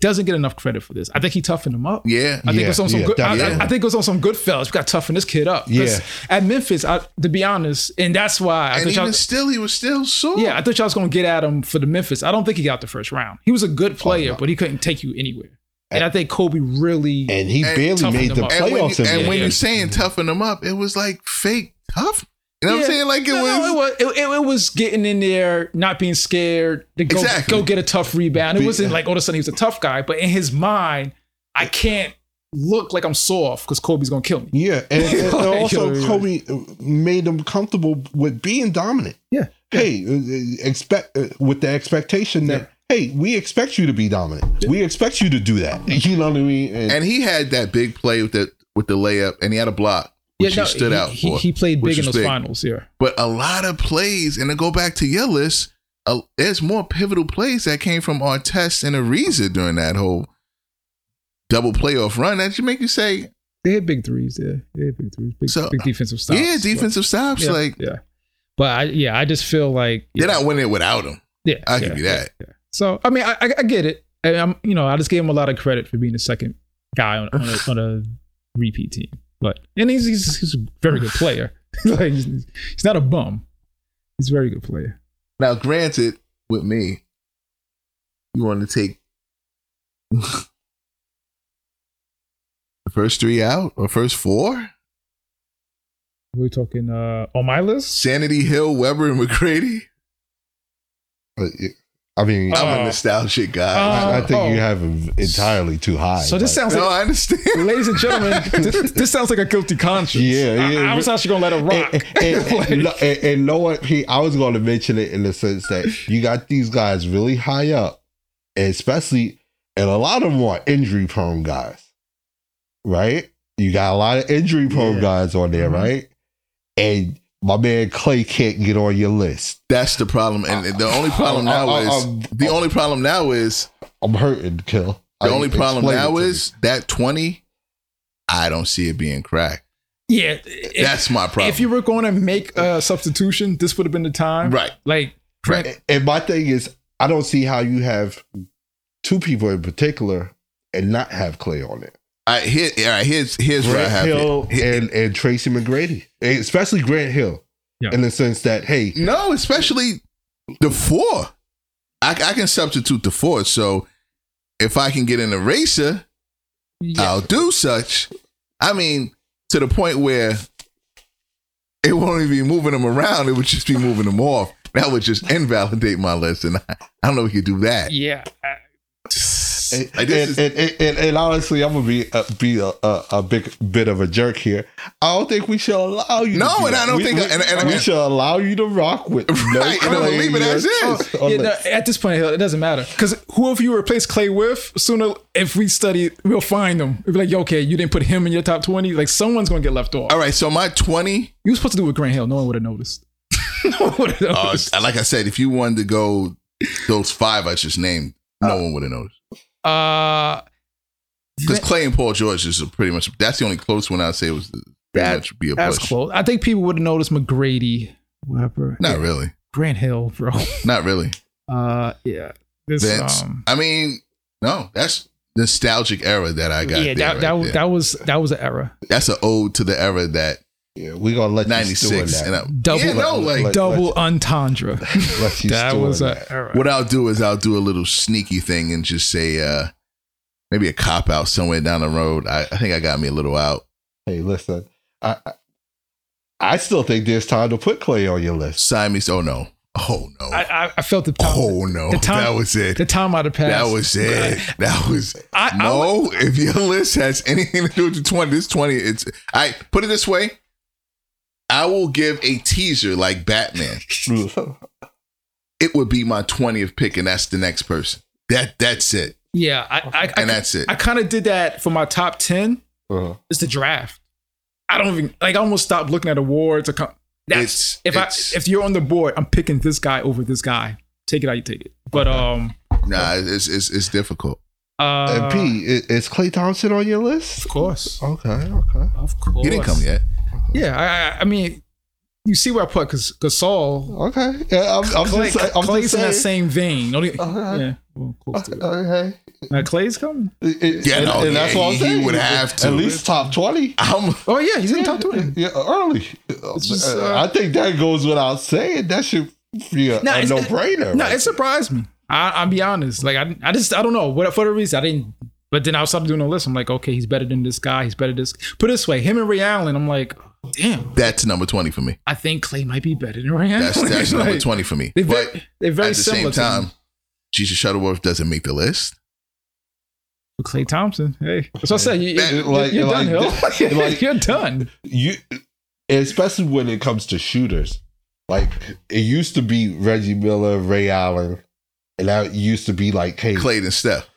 D: doesn't get enough credit for this. I think he toughened him up.
C: Yeah,
D: I think
B: Yeah,
D: it was on some
B: yeah,
D: good. I,
C: definitely.
D: I- I think it was on some good fellas. We got to toughen this kid up. 'Cause
B: Yeah.
D: At Memphis, I, to be honest, and that's why I
C: and
D: thought y'all.
C: even still, he was still sore.
D: Yeah, I thought y'all was gonna get at him for the Memphis. I don't think he got the first round. He was a
C: Oh,
D: good player,
B: no.
D: but he couldn't take you anywhere. And I think Kobe really.
B: and he
C: and
B: barely
D: toughened
B: made the
D: them up.
C: and when,
B: playoffs.
C: you, and
B: in
C: when
B: the
C: you're
B: end.
C: saying toughen them up, it was like fake tough. You know what I'm
D: Yeah.
C: saying? Like it
D: No,
C: was.
D: no, it was it, it was getting in there, not being scared to go
C: Exactly.
D: go get a tough rebound. It
C: Be-
D: wasn't like all of a sudden he was a tough guy, but in his mind, I can't look like I'm soft because Kobe's gonna kill me.
B: Yeah, and, and- and
D: Like,
B: also
D: you know,
B: Kobe made them comfortable with being dominant.
D: Yeah.
B: Hey, uh, uh, expect uh, with the expectation that hey, we expect you to be dominant. We expect you to do that. You know what I mean? And,
C: and he had that big play with the with the layup, and he had a block, which
D: no,
C: he stood
D: he,
C: out
D: He,
C: for.
D: he played
C: which
D: big in
C: was
D: those finals. Yeah,
C: But a lot of plays, and to go back to your list, uh, there's more pivotal plays that came from Artest and Ariza during that whole double playoff run that you make you say,
D: They had big threes. Yeah, they had big threes. Big,
C: So,
D: big defensive stops.
C: yeah, defensive stops.
D: Yeah,
C: like
D: yeah. But I, yeah, I just feel like
C: they're not winning without him.
D: Yeah,
C: I'll
D: yeah,
C: give you
D: yeah,
C: that.
D: yeah. So I mean, I, I, I get it. And I'm, you know, I just gave him a lot of credit for being the second guy on, on, a, on a repeat team. But and he's he's, he's a very good player. like he's, he's not a bum. He's a very good player.
C: Now, granted, with me, you want to take the first three out or first four?
D: We're talking uh, on my list.
C: Sanity Hill, Weber, and McCready.
B: But it- I mean,
D: Uh,
C: I'm a nostalgic guy.
B: I, I think
D: oh.
B: you have him entirely too high.
D: So this
B: like-
D: sounds
C: no,
D: like,
C: I understand.
D: ladies and gentlemen, this, this sounds like a guilty conscience.
B: Yeah,
D: I,
B: yeah. Eh,
D: I was actually gonna let it rock.
B: And, and,
D: Like-
B: and, lo- and- and lower, he, I was going to mention it in the sense that you got these guys really high up, and especially, and a lot of them are injury prone guys, right? You got a lot of injury prone
C: Yeah.
B: guys on there,
D: Mhm.
B: right? And my man Clay can't get on your list.
C: That's the problem, and the only problem now
B: I- I-
C: is
B: I'm-
C: the only problem now is
B: I'm hurting, Kill.
C: the
B: I-
C: only problem
B: explain it
C: now
B: to me.
C: is that twenty. I don't see it being cracked.
D: yeah, if-
C: That's my problem.
D: If you were going to make a substitution, this would have been the time.
C: right,
D: Like,
C: right.
B: And my thing is, I don't see how you have two people in particular and not have Clay on it.
C: I here, all right, here's here's where I
B: Grant
C: have
B: Hill
C: it. Here-
B: and, and Tracy McGrady, especially Grant Hill,
D: Yeah.
B: in the sense that hey,
C: No, especially the four. I, I can substitute the four. So if I can get an eraser, I'll do such. I mean, to the point where it won't even be moving them around. It would just be moving them off. That would just invalidate my list. And I, I don't know if you do that.
D: yeah. I-
B: and,
C: Like, this
B: and,
C: is-
B: and, and- and- and honestly, I'm gonna be a, be a, a, a big bit of a jerk here. I don't think we should allow you.
C: No,
B: to do
C: and I
B: that.
C: don't
B: We-
C: think-
B: we,
C: and- and-
B: we should allow you to rock with no
C: Right, and
B: Clay
C: I'm
B: Oh,
C: gonna leave it
B: in your
C: as is.
B: on
D: Yeah, no,
B: this.
D: at this point, Hill, it doesn't matter because whoever you replace Clay with, sooner if we study, we'll find them. We'll be like, "Yo, okay, you didn't put him in your top twenty. Like someone's gonna get left off.
C: All right. So my 20,
D: You were supposed to do it with Grant Hill. No one would have noticed. no one would have
C: uh,
D: noticed.
C: like I said, if you wanted to go those five I just named, no one would have noticed.
D: Uh,
C: Because Clay and Paul George is pretty much that's the only close one I'd say was pretty much be a
D: that's
C: push.
D: close. I think people would have noticed McGrady, whatever.
C: Not really.
D: Grant Hill, bro.
C: Not really.
D: Uh, yeah. This,
C: Vince.
D: um,
C: I mean, no, that's nostalgic era that I got.
D: yeah,
C: there,
D: that,
C: right
D: that, was
C: there.
D: that was that was an era.
C: that's an ode to the era that
B: Yeah, we gonna let you stew in
C: '96
B: that.
C: and I,
D: Double-
C: Yeah, no, like
B: Like-
D: Double entendre.
B: let you
D: that
B: stew
D: was
B: in
D: an
B: that.
D: era.
C: what I'll do is I'll do a little sneaky thing and just say uh maybe a cop out somewhere down the road. I, I think I got me a little out.
B: Hey, listen, I, I I still think there's time to put Clay on your list.
C: Siamese. Oh no. Oh no.
D: I, I, I felt the time.
C: oh no.
D: the time-
C: that was it.
D: The time I'd have passed.
C: That was it. That was
D: I- I
C: no. if your list has anything to do with the twenty, this twenty, it's I put it this way. I will give a teaser like Batman. It would be my twentieth pick, and that's the next person. That that's it,
D: Yeah, I I,
C: and
D: I,
C: that's it.
D: I kind of did that for my top ten.
B: Uh-huh.
D: It's the draft. I don't even like. I almost stopped looking at awards. Or com- that's
C: It's-
D: if
C: it's-
D: I if you're on the board, I'm picking this guy over this guy. Take it how you take it. But um,
C: nah, it's it's, it's difficult.
D: uh,
B: and P, i- is Clay Thompson on your list?
D: of course,
B: Okay, okay.
D: of course,
C: He didn't come yet.
D: Yeah, I- I, I mean, you see where I put because Gasol,
B: Okay. Yeah, I'm, I'm
D: Clay,
B: just, I'm
D: Clay's
B: just
D: in
B: saying. Uh,
D: that same vein. Don't even-
B: Uh-huh.
D: yeah, well, close to it.
B: Okay.
D: Now, Clay's coming.
B: It- it-
C: Yeah, no, yeah, he- he would have to.
B: At least top 20.
C: I'm
D: Oh yeah, he's in the top twenty.
B: Yeah, early.
D: just,
B: Uh,
D: uh,
B: I think that goes without saying. That should be a,
D: Nah,
B: a
D: it's-
B: no brainer.
D: No, it surprised me. I, I'll be honest. Like I, I just I don't know what for the reason I didn't. But then I was started doing a list. I'm like, okay, he's better than this guy. He's better than this. Put it this way, him and Ray Allen. I'm like, damn,
C: that's number twenty for me.
D: I think Clay might be better than Ray Allen.
C: That's that's
D: Like,
C: number twenty for me.
D: They're
C: But
D: very, they're very
C: at the
D: similar
C: same time,
D: to
C: Jesus Shuttleworth doesn't make the list.
D: Clay Thompson. Hey, that's what I said. You, you,
C: That-
B: like-
D: you're
B: like
D: done,
B: this-
D: Hill.
B: like-
D: you're done.
B: you especially when it comes to shooters like it used to be reggie miller ray allen and that used to be like hey
C: Clayton Steph.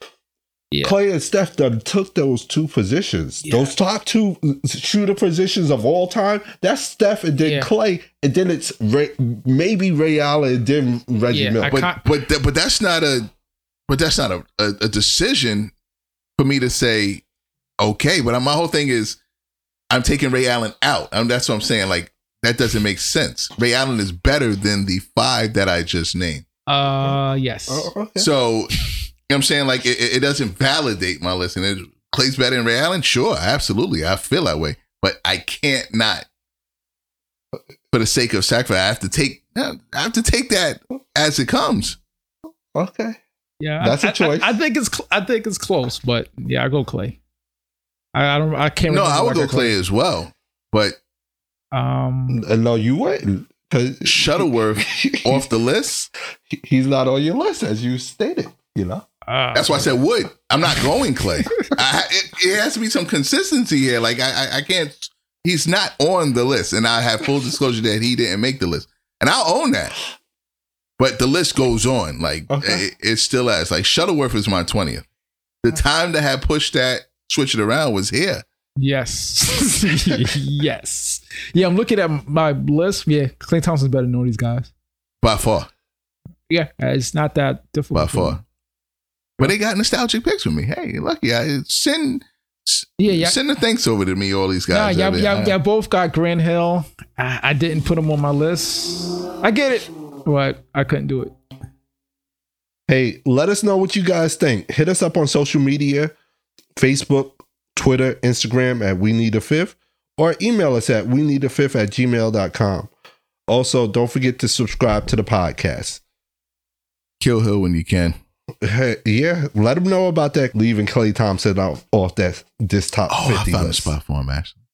F: Yeah.
B: Clay and Steph done took those two positions,
D: Yeah.
B: those top two shooter positions of all time. That's Steph and then
D: Yeah.
B: Clay, and then it's Ray, maybe Ray Allen and then Reggie
D: Yeah,
B: Miller.
D: I
B: But
D: can't-
C: But that, but that's not a but that's not a, a, a decision for me to say okay. But my whole thing is I'm taking Ray Allen out. i that's what I'm saying. Like that doesn't make sense. Ray Allen is better than the five that I just named.
D: Uh, yes.
B: Oh, okay.
C: So you know what I'm saying like it, it it doesn't validate my list. And it, Clay's better than Ray Allen. Sure, absolutely. I feel that way, but I can't not. For the sake of sacrifice, I have to take. I have to take that as it comes.
B: okay.
D: Yeah,
B: That's
D: a
B: a choice.
D: I, think it's cl- I think it's close, but yeah, I go Clay. I, I don't. I can't.
C: No,
D: remember
C: I would
D: who
C: go Clay as well, but
D: Um,
B: Uh, No, you wouldn't. Because
C: Shuttleworth off the list.
B: he's not on your list, as you stated, you know?
D: uh,
C: That's why I said would. I'm not going Clay. I, it, it has to be some consistency here. Like I, I, I can't. He's not on the list, and I have full disclosure that he didn't make the list, and I own that. But the list goes on. Like
B: Okay.
C: it, it still has. Like Shuttleworth is my twentieth. The time to have pushed that, switch it around was here.
D: yes, yes. Yeah, I'm looking at my list. Yeah, Clay Thompson's better than all these guys.
C: By far,
D: Yeah, uh, it's not that
C: by
D: difficult.
C: far. But they got nostalgic picks with me. Hey, you're lucky I send
D: Yeah, yeah.
C: send the thanks over to me. All these
D: Nah,
C: guys.
D: y'all,
C: over there.
D: y'all, y'all both got Grand Hill. I, I didn't put him on my list. I get it, but I couldn't do it.
B: Hey, let us know what you guys think. Hit us up on social media Facebook, Twitter, Instagram at We Need a Fifth, or email us at We Need a Fifth at gmail.com. Also, don't forget to subscribe to the podcast.
C: Kill Hill when you can.
B: Hey, yeah, let them know about that leaving Clay Thompson out off that this top
C: Oh, I
B: 50
C: found
B: list.
C: a spot for him, actually.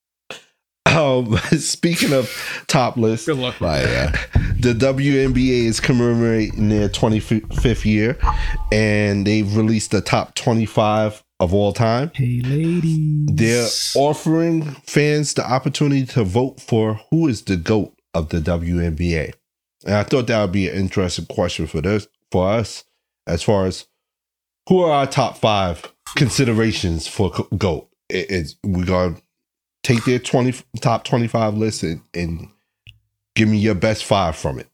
B: Um, speaking of top lists,
D: Good luck.
C: By, uh,
B: the WNBA is commemorating their 25th year, and they've released the top 25 of all time.
D: Hey, ladies.
B: They're offering fans the opportunity to vote for who is the GOAT of the WNBA. And I thought that would be an interesting question for this for us as far as who are our top five considerations for co- GOAT. It- it's, we're going to take their 20, top 25 list and, and give me your best five from it.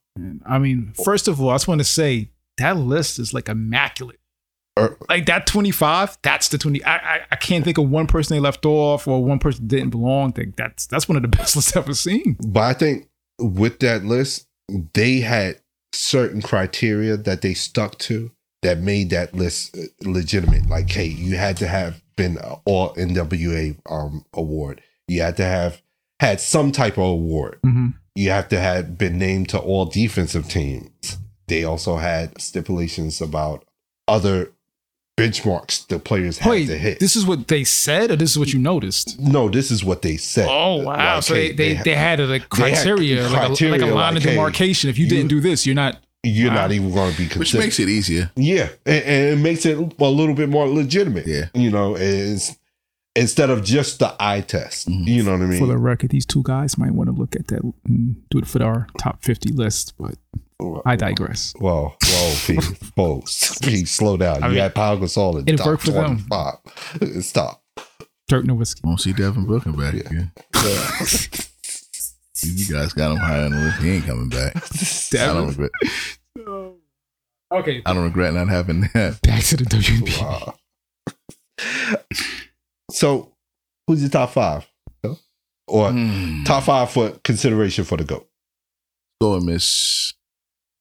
D: I mean, first of all, I just want to say that list is like immaculate.
B: Er-
D: Like that 25, that's the 20. I, I I can't think of one person they left off or one person didn't belong. Think that's that's one of the best lists I've ever seen.
B: But I think with that list, they had certain criteria that they stuck to that made that list uh, legitimate. Like, hey, you had to have been an all NWA um, award. You had to have had some type of award. You have to have been named to all defensive teams. They also had stipulations about other benchmarks the players had
D: Wait,
B: to hit.
D: this is what they said, or this is what you noticed?
B: no, this is what they said.
D: Oh wow!
B: Like,
D: so they
B: hey,
D: they,
B: ha-
D: they had a like,
B: they had
D: criteria, like, a, like a
B: criteria,
D: line
B: like,
D: of
B: hey,
D: demarcation. If you,
B: you-
D: didn't do this, you're not.
B: you're not even going to be
C: which
B: considered.
C: makes it easier.
B: Yeah, and, and it makes it a little bit more legitimate.
C: Yeah.
B: you know, is instead of just the eye test.
C: Mhm.
B: You know what I mean?
D: For the record, these two guys might want to look at that and do it for our top 50 list, but I digress.
B: Whoa, whoa, Pete, whoa, Pete, slow down.
D: I
B: you
D: mean,
B: had Pau Gasol in
D: it
B: top
D: worked for them.
B: 25. Stop.
D: Dirk Nowitzki.
C: Won't see Devin Booker back
B: Yeah.
C: again. You guys got him high on the list. He ain't coming back. I don't regret.
D: Okay,
C: I don't regret not having that.
D: back to the WNBA.
B: Wow. so, who's your top five? Or
C: Hmm.
B: top five for consideration for the GOAT?
C: Go with Miss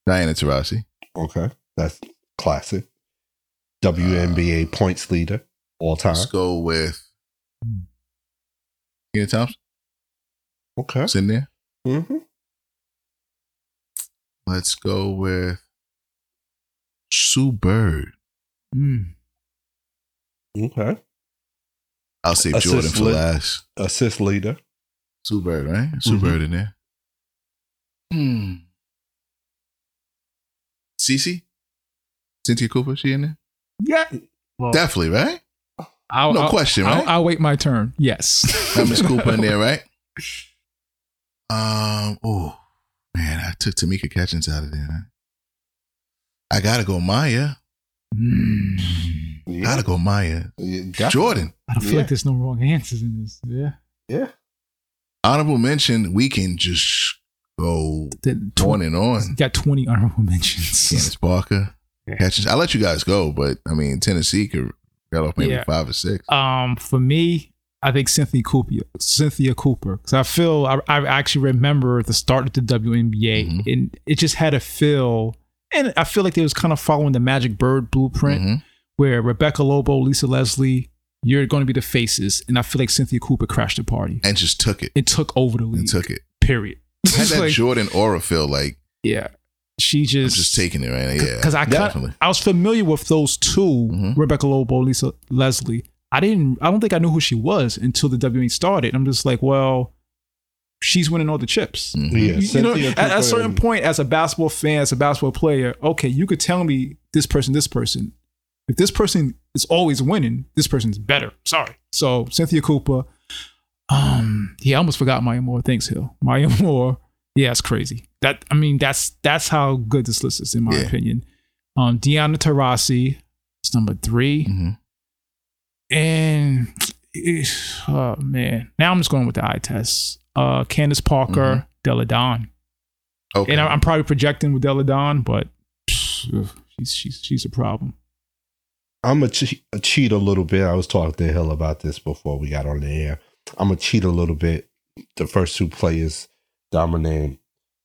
C: Diana Taurasi.
B: Okay, that's classic. WNBA points leader all time.
C: Let's go with Tina Thompson.
B: Okay.
C: It's in there.
D: Mm-hmm.
B: hmm
C: Let's go with Sue Bird.
D: Mm.
B: Okay.
C: I'll save
B: Assist
C: Jordan for
B: lit.
C: last.
B: Assist leader.
C: Sue Bird, right? Sue
B: Mhm.
C: Bird eh? in there. Hmm. Cece? Cynthia Cooper, she in there?
D: Yeah.
B: Oh.
C: Definitely, right?
D: I'll,
C: no
D: I'll-
C: question,
D: I'll,
C: right?
D: I'll wait my turn. Yes.
C: That Miss Cooper in there, right? Um, oh man, I took Tamika Catchings out of there. Huh? I gotta go Maya.
D: Mm.
B: Yeah.
C: Gotta go Maya.
B: Yeah, definitely.
C: Jordan.
D: I don't feel
B: Yeah.
D: like there's no wrong answers in this. Yeah.
B: Yeah.
C: Honorable mention, we can just go
D: The tw-
C: on and on.
D: Got 20 honorable mentions.
C: Candace Parker.
D: Yeah.
C: Catches. I let you guys go, but I mean Tennessee could got off maybe
D: Yeah.
C: five or six.
D: Um, for me, I think Cynthia Cooper. Cynthia Cooper, because I feel I, I actually remember the start of the WNBA,
C: Mhm.
D: and it just had a feel, and I feel like they was kind of following the Magic Bird blueprint,
C: Mhm.
D: where Rebecca Lobo, Lisa Leslie, you're going to be the faces, and I feel like Cynthia Cooper crashed the party
C: And just took it.
D: and took over the league.
C: And took it.
D: period.
C: Had that
D: Like,
C: Jordan aura feel like
D: yeah, she
C: I'm
D: just
C: just taking it right now. Yeah.
D: because I
C: definitely.
D: kinda, I was familiar with those 2
C: Mhm.
D: Rebecca Lobo, Lisa Leslie. I didn't. I don't think I knew who she was until the WNBA started. I'm just like, well, she's winning all the chips.
C: Mhm.
B: Yeah,
D: You- You know,
B: Cynthia
D: at at a
B: Cooper
D: certain
B: and-
D: point, as a basketball fan, as a basketball player, okay, you could tell me this person, this person. If this person is always winning, this person's better. Sorry. So Cynthia Cooper. Um, yeah, I almost forgot Maya Moore. Thanks, Hill. Maya Moore. Yeah, it's crazy. That I mean, that's that's how good this list is, in my
C: Yeah.
D: opinion. Um, Deanna Taurasi is number 3
C: Mhm.
D: and eh, oh man, now I'm just going with the eye test. Uh, Candace Parker, Della Don,
C: Okay.
D: and I- I'm probably projecting with Della Don, but psh, ugh, she's she's she's a problem.
B: I'm a, che- a cheat a little bit. I was talking to Hill about this before we got on the air. I'm a cheat a little bit. The first two players dominating,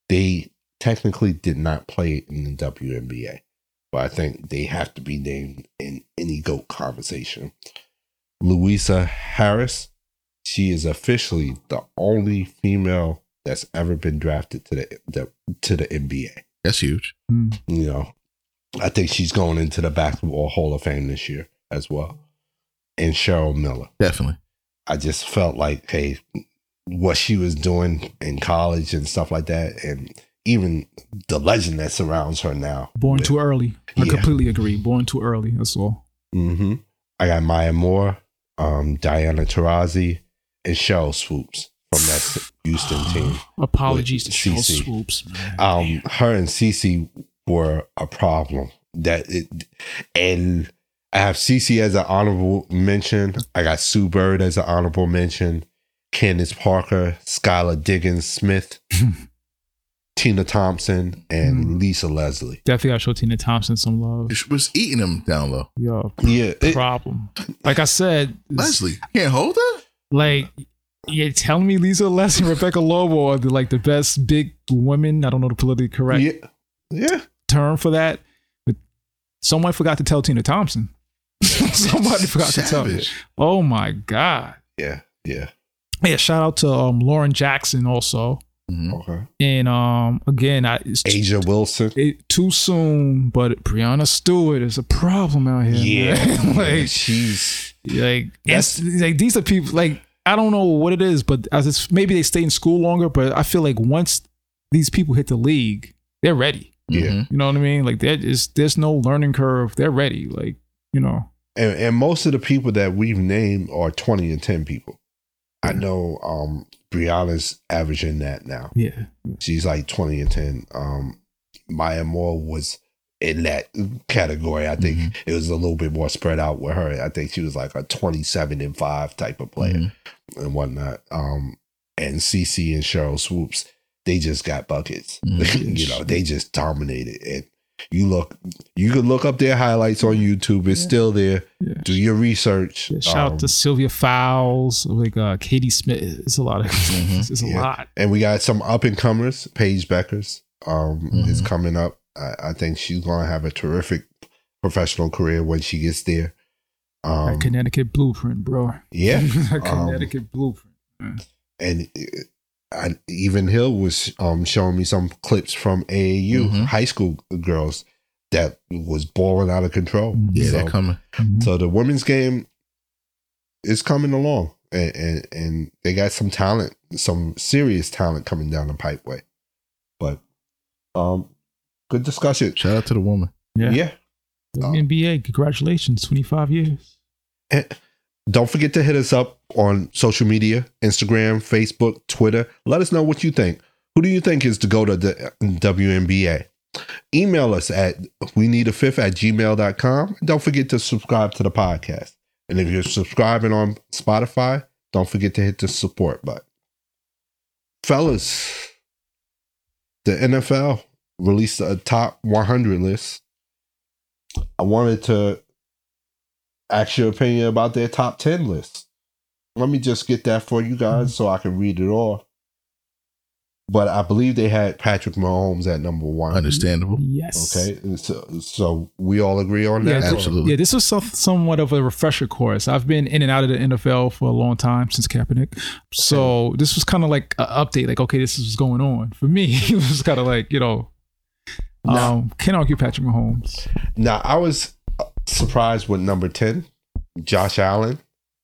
B: they technically did not play in the WNBA, but I think they have to be named in any GOAT conversation. Louisa Harris, she is officially the only female that's ever been drafted to the, the to the NBA.
C: That's huge.
D: Mm.
B: You know, I think she's going into the Basketball Hall of Fame this year as well. And Cheryl Miller.
C: Definitely.
B: I just felt like, hey, what she was doing in college and stuff like that, and even the legend that surrounds her now.
D: Born too early. I
B: Yeah.
D: completely agree. Born too early. That's all.
B: Mm-hmm. I got Maya Moore, um, Diana Taurasi, and Cheryl Swoops from that Houston team.
D: Apologies to
B: With
D: Cheryl
B: CC.
D: Swoops. man.
B: um her and Cece were a problem that it, and I have Cece as an honorable mention. I got Sue Bird as an honorable mention. Candace Parker, Skylar Diggins Smith, Tina Thompson, and Lisa Leslie.
D: Definitely, I show Tina Thompson some love.
C: She was eating them down low.
D: Yo,
B: Yeah, it-
D: problem. Like I said,
C: Leslie. Can't hold her?
D: Like you're telling me Lisa Leslie and Rebecca Lobo are the, like the best big women. I don't know the politically correct
B: yeah, yeah.
D: term for that, but someone forgot to tell Tina Thompson. Somebody forgot to tell her.
C: Savage.
D: Oh my god!
B: yeah, yeah.
D: Yeah, shout out to um, Lauren Jackson also,
C: Mhm.
B: Okay.
D: and um again, I it's t-
B: Asia Wilson.
D: it, too soon, but Brianna Stewart is a problem out here.
B: Yeah,
D: man. like
B: she's
D: like
B: That's-
D: it's- like these are people like I don't know what it is, but as it's maybe they stay in school longer, but I feel like once these people hit the league, they're ready.
B: yeah.
C: Mhm.
D: You know what I mean? Like there is there's no learning curve. They're ready. Like you know,
B: and, and most of the people that we've named are 20 and 10 people i know um brianna's averaging that now
D: yeah,
B: she's like 20 and 10 um maya moore was in that category i think
D: Mm-hmm.
C: Mhm.
B: it was a little bit more spread out with her i think she was like a 27 and 5 type of player
D: Mm-hmm.
C: Mhm.
B: and whatnot um and cc and cheryl swoops they just got buckets
D: Mm-hmm.
C: Mhm.
B: you know they just dominated and you look you can look up their highlights on youtube it's still there
D: yeah.
B: do your research.
D: Yeah, shout
B: Um,
D: out to Sylvia Fowles, like uh, Katie Smith. It's a lot of
C: Mhm.
D: it's a
B: Yeah.
D: lot.
B: and we got some up and comers. Paige Beckers um, is
C: Mhm.
B: coming up. I, I think she's going to have a terrific professional career when she gets there.
D: That
B: Um,
D: Connecticut blueprint, bro.
B: yeah,
D: That
B: um,
D: Connecticut blueprint.
B: and uh, I, even Hill was um, showing me some clips from AAU
C: Mhm.
B: high school girls that was balling out of control.
C: Yeah,
B: so,
C: that coming.
D: Mhm.
B: so uh, the women's game is coming along, and, and and they got some talent, some serious talent coming down the pipeway. But um, good discussion.
C: Shout out to the woman.
D: Yeah.
B: Yeah.
D: WNBA, congratulations, twenty five years.
B: And Don't forget to hit us up on social media Instagram, Facebook, Twitter. Let us know what you think. Who do you think is to go to the WNBA? Email us at we need a fifth at gmail.com. And don't forget to subscribe to the podcast. And if you're subscribing on Spotify, don't forget to hit the support button. Fellas, the NFL released a top 100 list. I wanted to ask your opinion about their top 10 list. Let me just get that for you guys so I can read it off. But I believe they had Patrick Mahomes at number one.
C: Understandable.
D: Yes.
B: Okay, and so, so we all agree on that.
D: Yeah,
B: So-
C: absolutely.
D: Yeah, this was some, somewhat of a refresher course. I've been in and out of the NFL for a long time since Kaepernick, so this was kind of like an update. Like, okay, this is what's going on for me. It was kind of like you know, um, can argue Patrick Mahomes.
B: Now I was surprised with number ten, Josh Allen.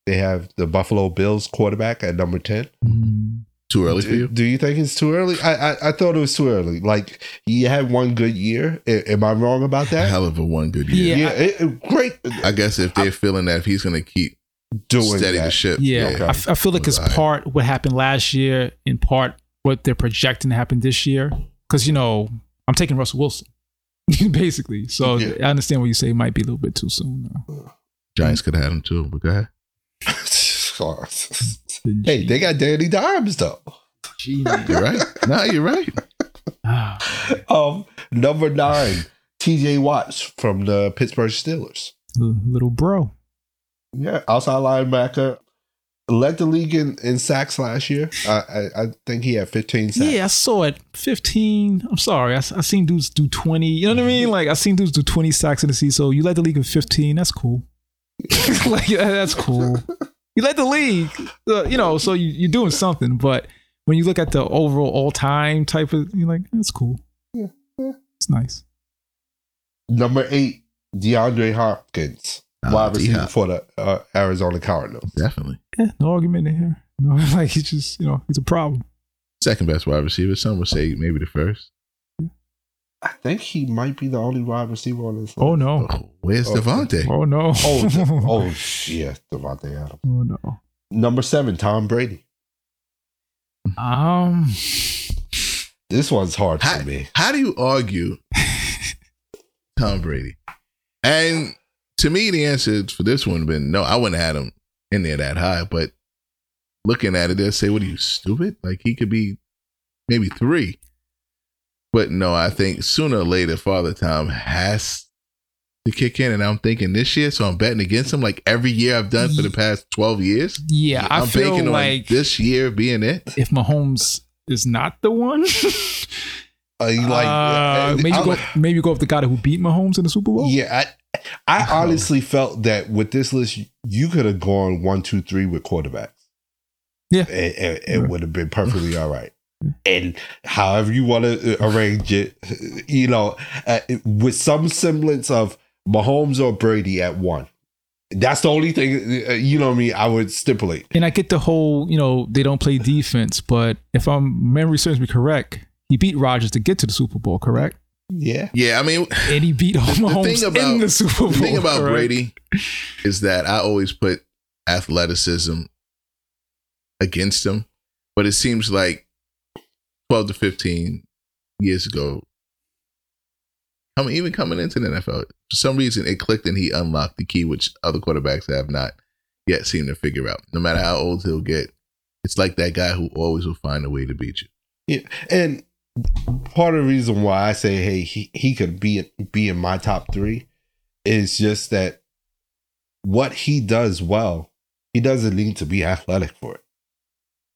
B: They have the Buffalo Bills quarterback at number ten.
D: Mm.
C: Too early for
B: Do,
C: you?
B: do you think it's too early? I, I I thought it was too early. Like he had one good year. A- am I wrong about that?
C: Hell of a one good year.
D: Yeah,
B: yeah, it, it- great
C: I guess if they're feeling that if he's going to keep
B: doing
C: steady the
B: that.
C: ship,
D: Yeah,
B: Okay.
D: I, f- I feel like it's
C: Alright.
D: part what happened last year, in part what they're projecting to happen this year. Because you know, I'm taking Russell Wilson. Basically, so
B: Yeah.
D: I understand what you say. It might be a little bit too soon. uh,
C: Giants could have had him too. But go ahead.
B: hey, they got Danny Dimes though.
C: You're right. no, you're right.
D: Ah.
B: Um, number nine, T.J. Watts from the Pittsburgh Steelers.
D: L- little bro.
B: Yeah, outside linebacker. Led the league in, in sacks last year. I, I I think he had 15 sacks.
D: Yeah, I saw it. 15. I'm sorry. I, s- I seen dudes do 20. You know what I mean? Like, I seen dudes do 20 sacks in the season. So you led the league in 15. That's cool. like, yeah, that's cool. You led the league. Uh, you know, so you, you're doing something. But when you look at the overall all time type of, you're like, that's cool. It's nice.
B: Number eight, DeAndre Hopkins,
C: Ah,
B: wide receiver
C: D-Hop.
B: for the uh, Arizona Cardinals.
C: Definitely.
D: Yeah, no argument in here. No, like, he's just, you know, he's a problem.
C: Second best wide receiver. Some would say maybe the first.
B: I think he might be the only wide receiver on this.
D: Oh, no.
C: Oh, where's
B: Oh.
C: Devontae?
D: Oh, no.
B: Oh, the- oh, yeah, Devontae Adams.
D: oh no.
B: Number seven, Tom Brady.
D: Um,
B: This one's hard
C: How,
B: for me.
C: how do you argue Tom Brady? And to me, the answer for this one would have been no, I wouldn't have had him in there that high. But looking at it, they'll say, What are you, stupid? Like he could be maybe three. But no, I think sooner or later, Father Time has to kick in. And I'm thinking this year, so I'm betting against him like every year I've done for the past 12 years.
D: yeah, I
C: I'm
D: feel
C: banking
D: like
C: on this year being it.
D: if Mahomes is not the one,
B: Uh, you like,
D: uh, maybe
B: I'm-
D: go maybe go with the guy who beat Mahomes in the Super Bowl.
B: yeah, I, I honestly felt that with this list, you could have gone one, two, three with quarterbacks.
D: Yeah.
B: it, it,
D: Yeah.
B: would have been perfectly all right. And however you want to arrange it, you know, uh, with some semblance of Mahomes or Brady at one. That's the only thing, uh, you know what I mean, I would stipulate.
D: And I get the whole you know they don't play defense, but if I'm memory serves me correct, he beat Rodgers to get to the Super Bowl, correct?
B: Yeah.
C: Yeah, I mean,
D: And he beat Mahomes
C: thing about-
D: in the Super Bowl.
C: The thing about
D: correct?
C: Brady is that I always put athleticism against him, but it seems like 12 to 15 years ago, I mean, even coming into the NFL, for some reason it clicked and he unlocked the key, which other quarterbacks have not yet seemed to figure out. No matter how old he'll get, it's like that guy who always will find a way to beat you.
B: Yeah, and part of the reason why I say, hey, he, he could be be in my top three, is just that what he does well, he doesn't need to be athletic for it.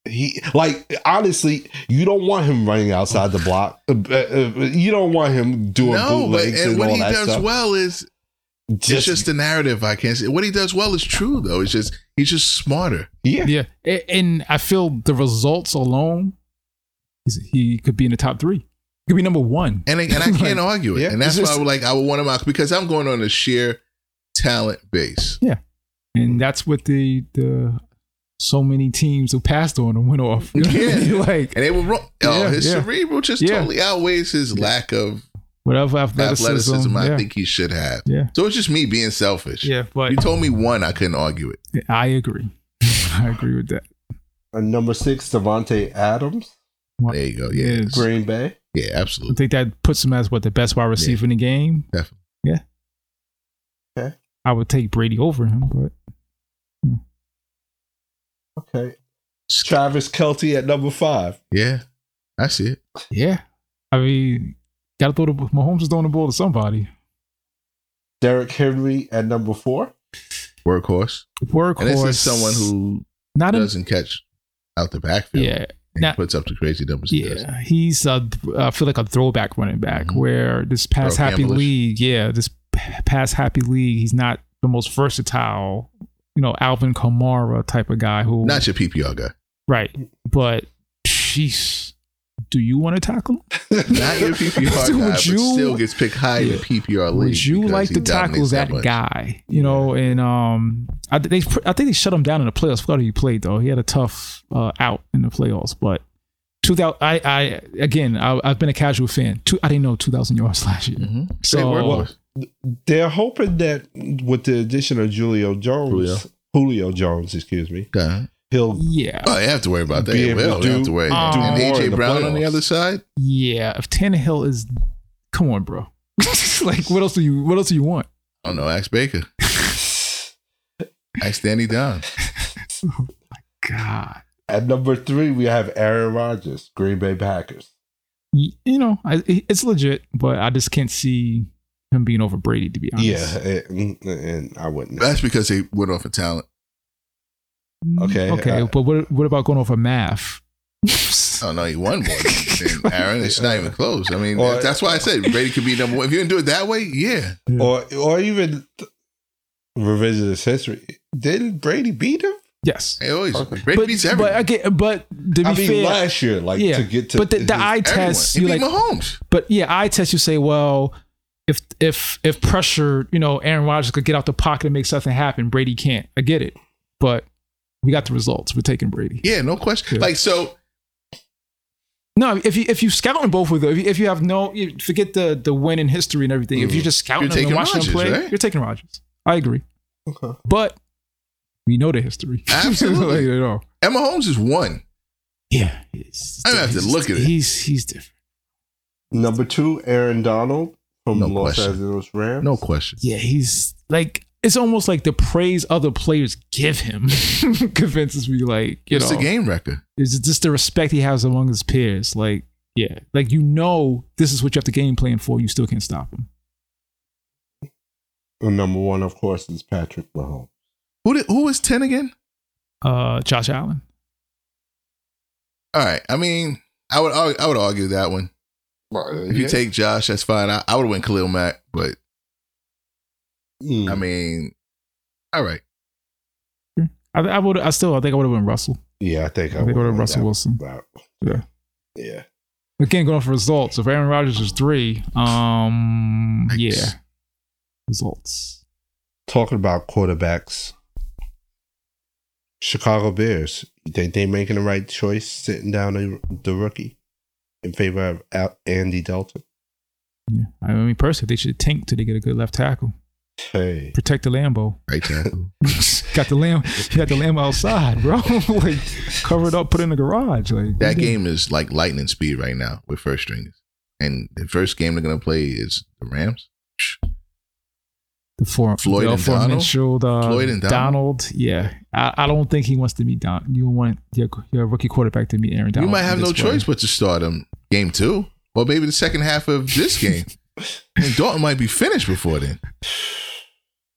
B: He like honestly, you don't want him running outside the block. Uh, uh, uh, you don't want him doing
C: No, but
B: bootlegs and,
C: and what
B: all
C: he
B: that
C: does
B: stuff.
C: well is it's just the narrative. I can't say what he does well is true though. It's just he's just smarter.
B: yeah,
D: Yeah, A- and I feel the results alone, he's, he could be in the top three. He could be number one.
C: And I, and I can't argue it.
B: Yeah,
C: and that's
B: it's just-
C: why I would like I would want him out because I'm going on a sheer talent base.
D: and that's what the the so many teams who passed on him went off. You know what I mean?
C: Yeah.
D: like
C: And they were wrong. Oh,
D: Yeah,
C: his
D: yeah.
C: cerebral just
D: Yeah.
C: totally outweighs his lack of
D: whatever athleticism.
C: athleticism,
D: yeah.
C: I think he should have.
D: Yeah.
C: So it's just me being selfish.
D: Yeah, but
C: You told me one, I couldn't argue it.
D: I agree. I agree with that.
B: And number Uh, six, Devontae Adams,
D: One-
C: There you go.
D: Yeah.
C: Yeah.
B: Green Bay.
C: Yeah,
D: I
C: absolutely.
D: think that puts him as what the best wide receiver in the game.
C: Definitely.
D: Yeah.
B: Okay.
D: I would take Brady over him, but
B: Okay. Travis Kelty at number five.
C: Yeah, I see it.
D: yeah, I mean, gotta throw the Mahomes is throwing the ball to somebody.
B: Derek Henry at number four.
C: Workhorse.
D: Workhorse.
C: And this is someone who
D: not in,
C: doesn't catch out the backfield.
D: yeah,
C: And
D: Now-
C: puts up the crazy numbers. he does.
D: Yeah, he's uh, I feel like a throwback running back.
C: Mhm.
D: Where this past
C: Earl
D: happy
C: Campbellish.
D: league, yeah, this p- past happy league, he's not the most versatile, you know, Alvin Kamara type of guy who
C: Not your PPR guy.
D: right, but jeez, do you want to tackle? him?
C: Not your PPR
D: Would
C: guy,
D: you-
C: but still gets picked high in the
D: Yeah.
C: PPR league.
D: Would you
C: because
D: like
C: he
D: to tackle
C: dominates
D: that
C: much.
D: guy? You know, and um, I th- they I think they shut him down in the playoffs. Forgot who he played though. He had a tough uh, out in the playoffs, but. 2000, I, I again I, I've been a casual fan. Two, I didn't know 2,000 yards last year.
C: Mhm.
D: Mm-hmm. So-
C: Say workhorse.
B: They're hoping that with the addition of Julio Jones,
C: Julio.
B: Julio, Jones, excuse me,
C: Okay.
B: he'll
D: Yeah,
C: Oh, you have to worry about that.
B: Be able
C: Well,
B: to
C: you have
B: do-
C: to worry.
D: do
C: about that.
B: more
C: and
B: in
C: AJ
B: the
C: Brown on the
B: playoffs.
C: other side.
D: yeah. If Tannehill is, come on, bro. like, what else do you? What else do you want?
C: I don't know. Ask Oh, Baker. Ask Danny Don.
D: God,
B: at number three we have Aaron Rodgers, Green Bay Packers.
D: Y- you know, I, it- it's legit, but I just can't see him being over Brady. To be honest,
B: Yeah, and, and I wouldn't.
C: That's because they went off of talent.
D: Mm,
B: Okay,
D: okay.
B: uh,
D: but what? What about going over math?
C: Oh no, he won more than than Aaron. It's not even close. I mean,
B: Or-
C: that's why I said Brady could be number one. If you can do it that way, yeah.
B: Or or even th- revisionist history. Didn't Brady beat him?
D: yes.
C: They always
B: Okay.
C: Brady
D: but,
C: beats
D: but
C: everyone.
D: I get, but to be
B: I mean,
D: fair,
B: last year, like
D: yeah.
B: to get to.
D: but the, the
B: his-
D: eye
C: everyone.
D: test,
C: He
D: you
C: beat
D: like,
C: Mahomes.
D: but yeah, eye test. You say, well, if if if pressure, you know, Aaron Rodgers could get out the pocket and make something happen. Brady can't. I get it, but we got the results. We're taking Brady.
C: Yeah, no question.
D: Yeah.
C: Like so,
D: No, if you if you scouting both of them, if you, if you have no, you forget the the win in history and everything. If you're just scouting
C: Mm. You're
D: them and
C: taking
D: watching them
C: Rodgers,
D: play,
C: right?
D: you're taking Rodgers. I agree, but we know the history.
C: Absolutely.
D: Like, you know.
C: and Mahomes is one.
D: Yeah, it's-
C: I don't have to
D: he's-
C: look at it.
D: He's he's different.
B: number two, Aaron Donald from
C: No
B: Los
C: question.
B: Angeles Rams.
C: No question.
D: yeah, he's like it's almost like the praise other players give him convinces me like you
C: It's
D: know
C: a game record.
D: it's just the respect he has among his peers. Like yeah, like you know this is what you have to game plan for. You still can't stop him.
B: And number one, of course, is Patrick Mahomes.
C: Who did, who was ten again?
D: Uh, Josh Allen.
C: All right. I mean, I would argue, I would argue that one. If you take Josh, that's fine. I, I would win Khalil Mack, but
B: Mm.
C: I mean, all right.
D: I, I would. I still. I think I would have went Russell.
B: yeah, I think I,
D: I think I would
B: would've
D: have Russell
B: that
D: Wilson.
B: route.
D: Yeah.
B: yeah.
D: Again, going for results. If Aaron Rodgers was three, um,
C: Yikes.
D: yeah, results.
B: Talking about quarterbacks, Chicago Bears. You think they making the right choice, sitting down the, the rookie in favor of Al- Andy Dalton?
D: Yeah, I mean personally, they should tank till they get a good left tackle.
B: Hey,
D: Protect the Lambo.
C: Right tackle.
D: got the lamb got the lamb outside bro like covered up put in the garage like
C: that game is like lightning speed right now with first stringers. And the first game they're gonna play is the Rams.
D: the four,
C: Floyd
D: the
C: and Donald?
D: aforementioned, uh,
C: Floyd and
D: Donald. yeah I, I don't think he wants to meet Don you want your, your rookie quarterback to meet Aaron Donald
C: you might have
D: in
C: no
D: this way.
C: choice but to start them game two, or maybe the second half of this game. and Dalton might be finished before then.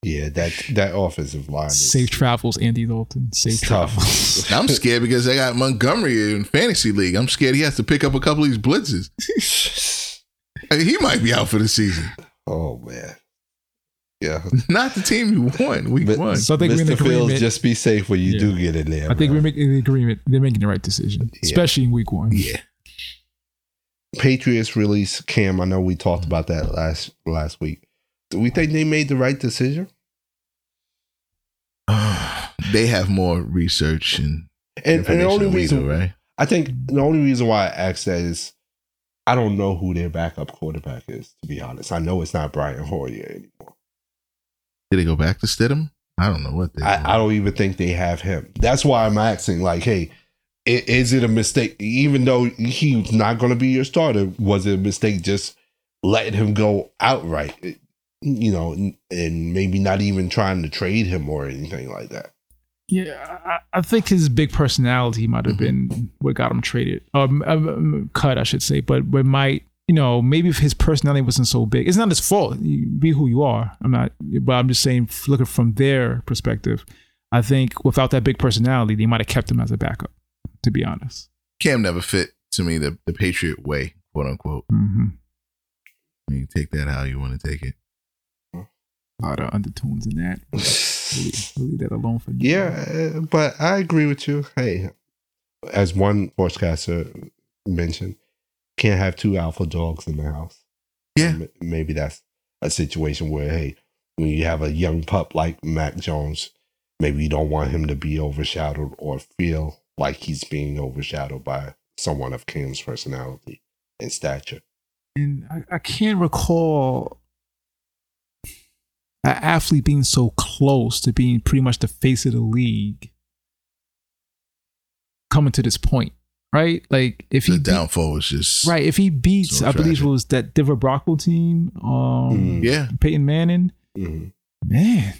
B: yeah, that that offensive line is
D: safe travels Andy Dalton safe
B: It's tough.
D: travels
C: Now I'm scared because I got Montgomery in fantasy league. I'm scared he has to pick up a couple of these blitzes. I mean, he might be out for the season.
B: Oh man, yeah.
C: Not the team you won week
B: But-
C: one.
D: so I think we're
B: Mr.
D: in
B: Fields,
D: agreement
B: just be safe when you
D: Yeah.
B: do get in there.
D: I think
B: man.
D: we're making an agreement they're making the right decision especially in week one
C: Yeah,
B: Patriots release Cam. I know we talked about that last last week. Do we think they made the right decision?
C: they have more research and,
B: And, and the
C: information
B: only
C: than we
B: reason
C: do, right?
B: I think the only reason why I ask that is I don't know who their backup quarterback is. To be honest, I know it's not Brian Hoyer anymore.
C: Did they go back to Stidham? I don't know what they.
B: I, I don't even think they have him. That's why I'm asking. Like, hey, i- is it a mistake? Even though he's not going to be your starter, was it a mistake just letting him go outright? It- You know, n- and maybe not even trying to trade him or anything like that.
D: Yeah, I, I think his big personality might have been what got him traded or um, um, cut, I should say. But but might you know maybe if his personality wasn't so big, it's not his fault. You be who you are. I'm not, but I'm just saying, f- looking from their perspective, I think without that big personality, they might have kept him as a backup. To be honest,
C: Cam never fit to me the, the Patriot way, quote unquote.
D: mm-hmm.
C: You can take that how you want to take it.
D: a lot of undertones in that. We'll leave- we'll leave that alone for now.
B: Yeah, uh, but I agree with you. Hey, as one sportscaster mentioned, can't have two alpha dogs in the house.
C: Yeah.
B: M- maybe that's a situation where hey, when you have a young pup like Mac Jones, maybe you don't want him to be overshadowed or feel like he's being overshadowed by someone of Cam's personality and stature.
D: and I, I can't recall an athlete being so close to being pretty much the face of the league coming to this point, right? Like if
C: The
D: he beat,
C: downfall was just
D: right, if he beats,
C: So
D: I believe it
C: tragic. Hmm.
D: was that Denver Brockle team, um,
C: Yeah,
D: Peyton Manning,
B: Mhm.
D: man.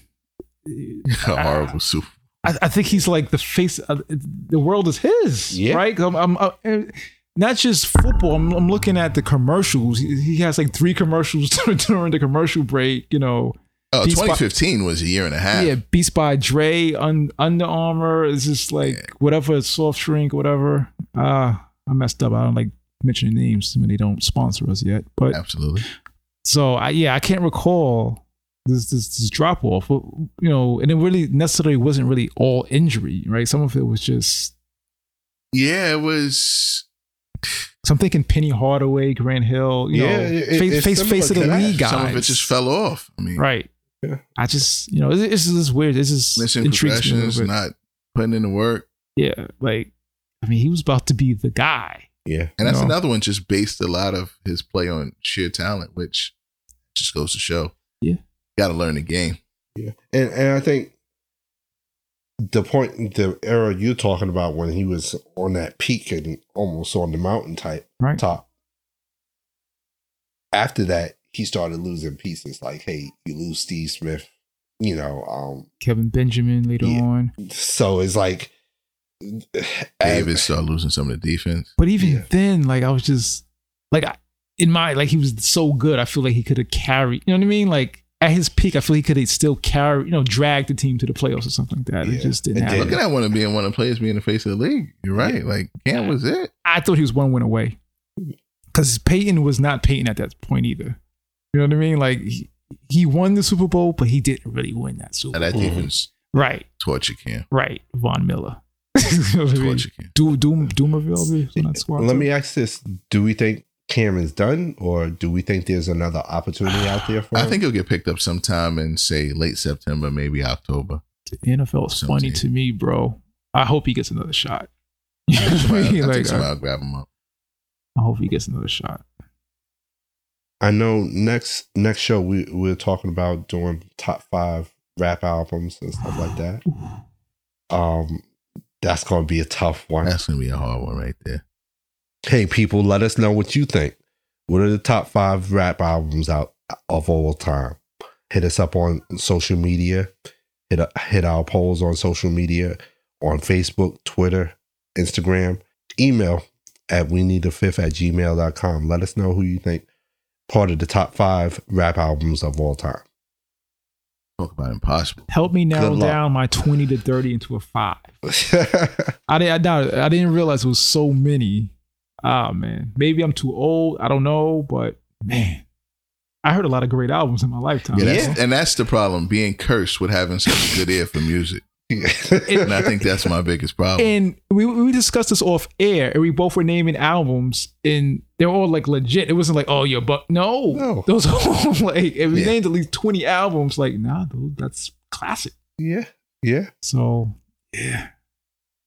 C: a horrible Super.
D: I, I think he's like the face of the world is his,
B: Yeah.
D: right? I'm, I'm, uh, not just football. I'm, I'm looking at the commercials. He, he has like three commercials during the commercial break. You know,
C: Oh,
D: These
C: 2015 was a year and a half.
D: yeah, Beats by Dre, un, Under Armour. It's just like whatever soft drink, whatever. Uh, I messed up. I don't like mentioning names when they don't sponsor us yet. But
C: Absolutely.
D: so I yeah, I can't recall this this, this drop off. You know, and it really necessarily wasn't really all injury, right? Some of it was just
C: Yeah, it was.
D: So I'm thinking Penny Hardaway, Grant Hill, you
B: Yeah,
D: know,
B: it- it-
D: face
B: it's
D: face,
B: similar
D: face of the
B: to that.
D: league guys.
C: Some of it just fell off. I mean,
D: right.
B: Yeah.
D: I just, you know, this, this is weird. This is
C: missing
D: intrigues me a little
C: progressions,
D: bit.
C: not putting in the work,
D: yeah, like I mean, he was about to be the guy.
B: Yeah.
C: and that's
D: No.
C: another one. Just based a lot of his play on sheer talent, which just goes to show.
D: Yeah.
C: got to learn the game.
B: Yeah, and and I think the point, the era you're talking about when he was on that peak and almost on the mountain type
D: Right.
B: top. After that, he started losing pieces. Like, hey, you lose Steve Smith, you know. Um,
D: Kevin Benjamin later
B: Yeah.
D: on.
B: so it's like
C: Davis started losing some of the defense.
D: But even
B: Yeah.
D: then, like I was just like I, in my like he was so good. I feel like he could have carried. You know what I mean? Like at his peak, I feel he could have still carried. You know, dragged the team to the playoffs or something like that.
B: Yeah.
D: It just didn't
B: It
D: happen.
C: Look at that one of being one of the players being the face of the league. You're right. Like Cam was it.
D: I thought he was one win away because Peyton was not Peyton at that point either. You know what I mean? Like he, he won the Super Bowl, but he didn't really win that Super.
C: Now,
D: Bowl.
C: that
B: Mhm.
C: defense
D: Right,
C: torture Cam.
D: right. Von Miller. you know what I mean?
C: Torture Cam.
D: Do Doom Doomerville. so that's why-
B: Let me ask this: Do we think Cam is done, or do we think there's another opportunity out there for
C: I
B: him?
C: think he'll get picked up sometime in say late September, maybe October.
D: The NFL is funny to me, bro. I hope he gets another shot. You know what I
C: Somebody,
D: mean?
C: I think
D: Like,
C: somebody will grab him up.
D: I hope he gets another shot.
B: I know next next show we we're talking about doing top five rap albums and stuff like that. Um, that's gonna be a tough one.
C: That's gonna be a hard one right there.
B: Hey, people, let us know what you think. What are the top five rap albums out of all time? Hit us up on social media. Hit hit our polls on social media on Facebook, Twitter, Instagram, email at we need a fifth at gmail.com. Let us know who you think part of the top five rap albums of all time.
C: Talk about impossible.
D: Help me narrow
B: Good luck.
D: down my twenty to thirty into a five. I didn't. I, doubt it. I didn't realize it was so many. Ah man, maybe I'm too old. I don't know, but man, I heard a lot of great albums in my lifetime.
C: Yeah, that's,
B: Yeah.
C: and that's the problem. Being cursed with having such a good ear for music, and I think that's my biggest problem.
D: And we we discussed this off air, and we both were naming albums, and they're all like legit. It wasn't like oh yeah, but no,
B: No.
D: those are all like if we
C: Yeah.
D: named at least twenty albums, like nah, those that's classic.
B: yeah, yeah.
D: So yeah,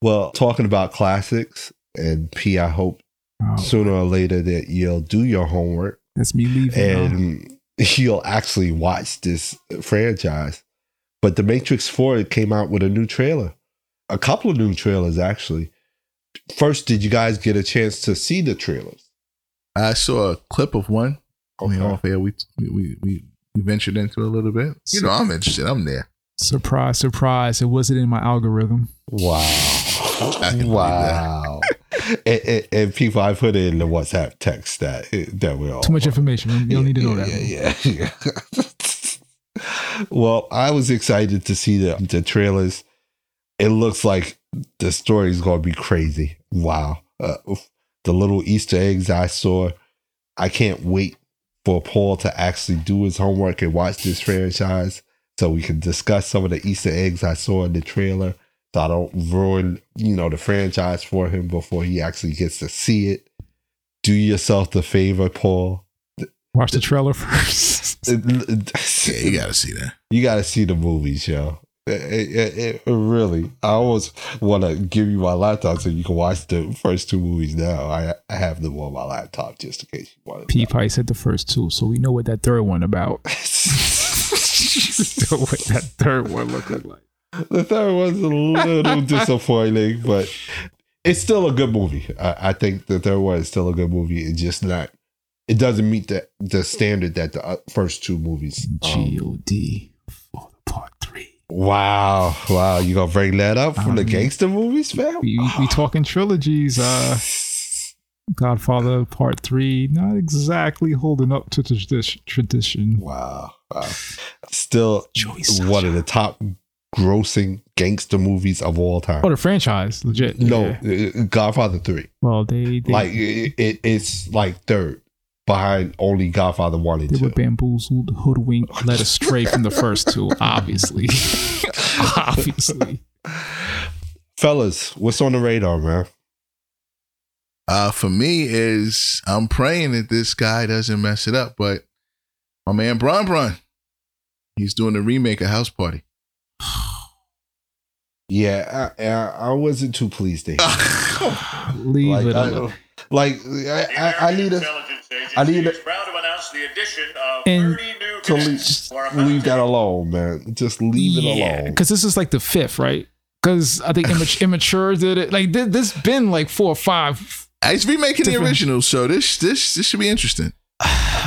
B: Well, talking about classics, and P, I hope
D: Oh,
B: sooner or later that you'll do your homework
D: that's me leaving. um, now.
B: and you'll actually watch this franchise. But The Matrix 4 came out with a new trailer, a couple of new trailers, actually. First, did you guys get a chance to see the trailers?
C: I saw a clip of one. I mean,
B: Okay.
C: off air, we we we we ventured into a little bit. You know, I'm interested. I'm there.
D: Surprise, surprise. It wasn't in my algorithm.
B: Wow.
C: believe
B: wow. and, and- and people, I put in the WhatsApp text that that we all
D: Too much information. You don't need to know that.
B: Oh. yeah, Yeah, yeah. well, I was excited to see the the trailers. It looks like the story is going to be crazy. Wow. Uh, oof. the little Easter eggs I saw. I can't wait for Paul to actually do his homework and watch this franchise so we can discuss some of the Easter eggs I saw in the trailer. So I don't ruin, you know, the franchise for him before he actually gets to see it. Do yourself the favor, Paul.
D: Watch the trailer first.
C: Yeah, you gotta see that.
B: you got to see the movies, yo. It, it- it- it really, I almost want to give you my laptop so you can watch the first two movies now. I, I have them on my laptop just in case you want
D: P probably said the first two, so we know what that third one about. know what that third one looked like.
B: The third one's a little disappointing, but it's still a good movie. I, I think the third one is still a good movie. It's just not. It doesn't meet the the standard that the uh, first two movies. um,
D: G-O-D for the part three.
B: wow, wow! You gonna bring that up from the
D: Um,
B: gangster movies, fam?
D: We, we talking trilogies. Uh, Godfather Part Three, not exactly holding up to tradition. Tradition.
B: Wow. wow. Still
D: Joey
B: one of the top grossing gangster movies of all time.
D: Oh, the franchise, legit.
B: No,
D: Yeah.
B: uh, Godfather 3.
D: Well, they they,
B: Like it, it- it's like third behind only Godfather 1 and
D: they
B: 2.
D: were bamboozled, hoodwinked, led astray from the first two. Obviously, obviously.
B: Fellas, what's on the radar, man?
C: Uh, for me is I'm praying that this guy doesn't mess it up, but my man Bron Bron, he's doing a remake of House Party.
B: Yeah, I, I, I wasn't too pleased to hear.
D: Leave
B: like,
D: it
B: I,
D: alone.
B: like I, I, I need a I
F: I
B: need
F: need
B: a-
F: is proud to announce the addition of
D: And
F: 30 new
B: to leave,
F: guests for a
B: leave that alone, man. Just leave it alone.
D: because this is like the fifth, right? Because I think immature, immature did it. Like thi- this, been like four or five
C: He's remaking the
D: Different.
C: original, so this this this should be interesting.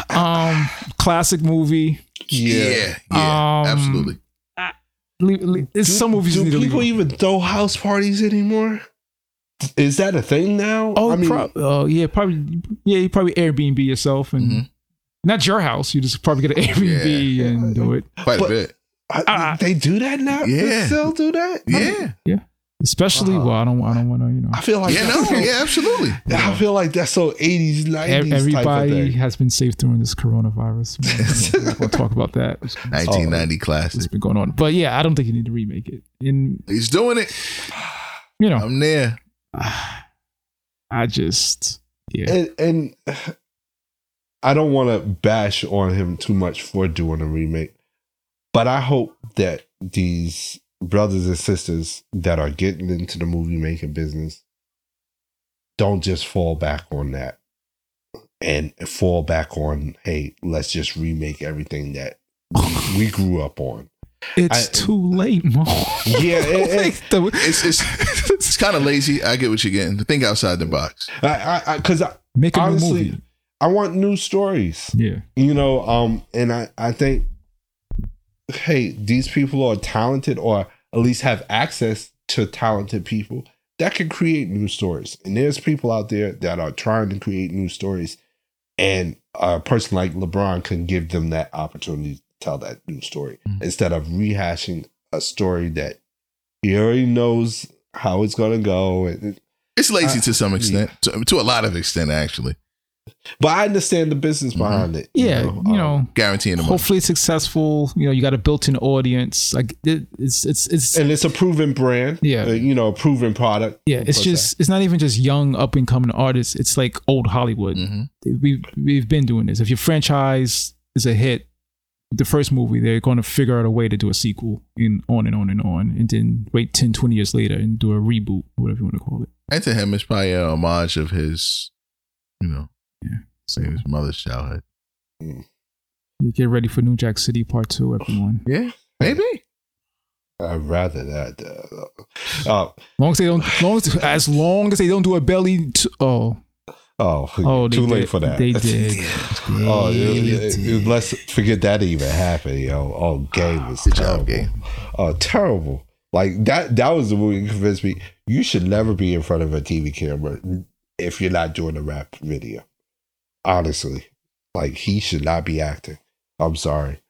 D: um classic movie.
C: Yeah, yeah,
D: Um,
C: absolutely.
D: Leave, leave, it's some movies
B: do
D: need to leave.
B: people
D: alone.
B: even throw house parties anymore? Is that a thing now?
D: Oh,
B: I mean,
D: prob- oh, yeah, probably. Yeah, you probably Airbnb yourself and
C: Mhm.
D: not your house. You just probably get an Airbnb
B: Mm-hmm. Yeah.
D: and do it.
C: Quite
B: but-
C: a bit.
B: I-
D: Ah.
B: they do that now. They
C: Yeah.
B: still do that. I mean,
C: Yeah,
D: Especially,
B: Wow.
D: well, I don't, I don't want to, you know.
B: Uh-huh. I feel like
C: yeah,
B: that's
C: no,
B: so-
C: yeah, absolutely.
B: I feel like that's so eighties,
D: ev-
B: nineties type of
D: Everybody
B: thing.
D: has been saved during this coronavirus. we'll talk about that. It's
C: 1990 classic.
D: been going on, but yeah, I don't think you need to remake it. And
C: He's doing it.
D: you know,
C: I'm there.
D: I just, yeah,
B: And, and I don't want to bash on him too much for doing a remake, but I hope that these brothers and sisters that are getting into the movie making business don't just fall back on that and fall back on hey let's just remake everything that we- we grew up on
D: it's
B: I-
D: too late, Mo.
B: yeah it- it-
D: Like the-
C: It's it's it's kind of lazy. I get what you're getting. Think outside the box.
B: I, I, I, cause I,
D: make a new
B: honestly,
D: movie.
B: I want new stories.
D: Yeah,
B: You know, um, and I, I think, hey, these people are talented, or at least have access to talented people that can create new stories. And there's people out there that are trying to create new stories, and a person like LeBron can give them that opportunity to tell that new story
D: Mm.
B: instead of rehashing a story that he already knows how it's gonna go and
C: It's lazy
D: Uh,
B: I-
C: to some extent, to, to a lot of extent actually.
B: But I understand the business behind it.
D: Mm-hmm. yeah, you know.
B: um,
C: Guaranteeing the money.
D: hopefully successful. You know, you got a built-in audience. Like it, it's it's it's
B: and it's a proven brand.
D: Yeah.
B: uh, you know, a proven product.
D: yeah, it's
B: per
D: just it's not even just young up and coming artists. It's like old Hollywood.
C: Mhm.
D: We've we've been doing this. If your franchise is a hit, the first movie, they're going to figure out a way to do a sequel and on and on and on, and then wait 10, 20 years later and do a reboot, whatever you want to call it.
C: And to him, it's probably a homage of his, you know,
D: So
C: say his mother's childhood.
D: you get ready for New Jack City Part Two, everyone.
C: Yeah, maybe.
B: Uh, I'd rather that. though. Oh,
D: Long as they don't, long as, as long as they don't do a belly. T- oh,
B: oh,
D: oh, they
B: too late
D: did-
B: for that.
D: They did.
B: Oh,
D: They
B: it- it-
D: did. Ah,
B: it- let's forget that even happened, yo. Oh, Gay was
C: Good
B: terrible.
C: job, Gay.
B: Oh, terrible. Like that. That was the movie that convinced me you should never be in front of a TV camera if you're not doing a rap video. Honestly, like he should not be acting. I'm sorry.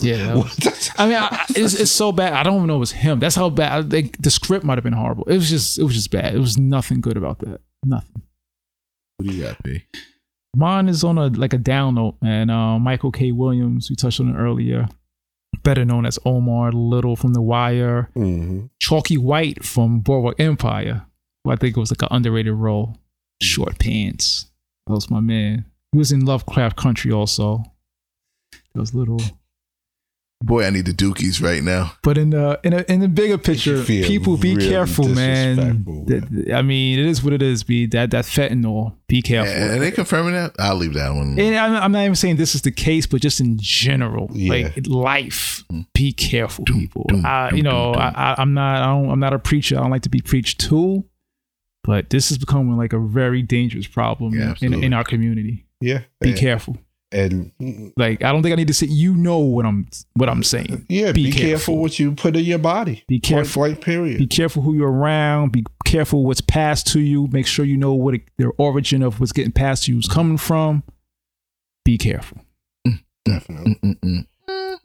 D: Yeah, that was- I mean, I, I- it's, it's so bad. I don't even know it was him. That's how bad. I think the script might have been horrible. It was just, it was just bad. It was nothing good about that. Nothing.
C: What do you got, B?
D: Mine is on a like a down note, man. Uh, Michael K. Williams, we touched on it earlier, better known as Omar Little from The Wire,
B: Mhm.
D: Chalky White from Boardwalk Empire, who I think was like an underrated role. Short pants. That was my man. He was in Lovecraft Country also. That was little.
C: Boy, I need the Dookies right now.
D: But in the in, a, in the bigger picture,
B: feel
D: people be
B: really
D: careful, man.
B: disrespectful,
D: Th- th- I mean, it is what it is. Be that that fentanyl. Be careful.
C: Are they confirming that? I'll leave that one.
D: And I'm, I'm not even saying this is the case, but just in general,
B: Yeah.
D: like life, be careful,
C: Mm. Doom,
D: people.
C: doom,
D: I,
C: doom,
D: you know,
C: doom, doom.
D: I, I, I'm not, I don't, I'm not a preacher. I don't like to be preached to, but this is becoming like a very dangerous problem
C: Yeah,
D: in- in,
C: absolutely.
D: in our community.
B: Yeah.
D: Be
B: and,
D: careful.
B: and
D: Like, I don't think I need to say. You know what I'm, what I'm saying.
B: yeah, be,
D: Be
B: careful.
D: careful.
B: what you put in your body.
D: Be careful.
B: Point blank, period.
D: Be careful who you're around. Be careful what's passed to you. Make sure you know what it, their origin of what's getting passed to you is coming from. Be careful.
B: Definitely.
C: Mm-mm-mm.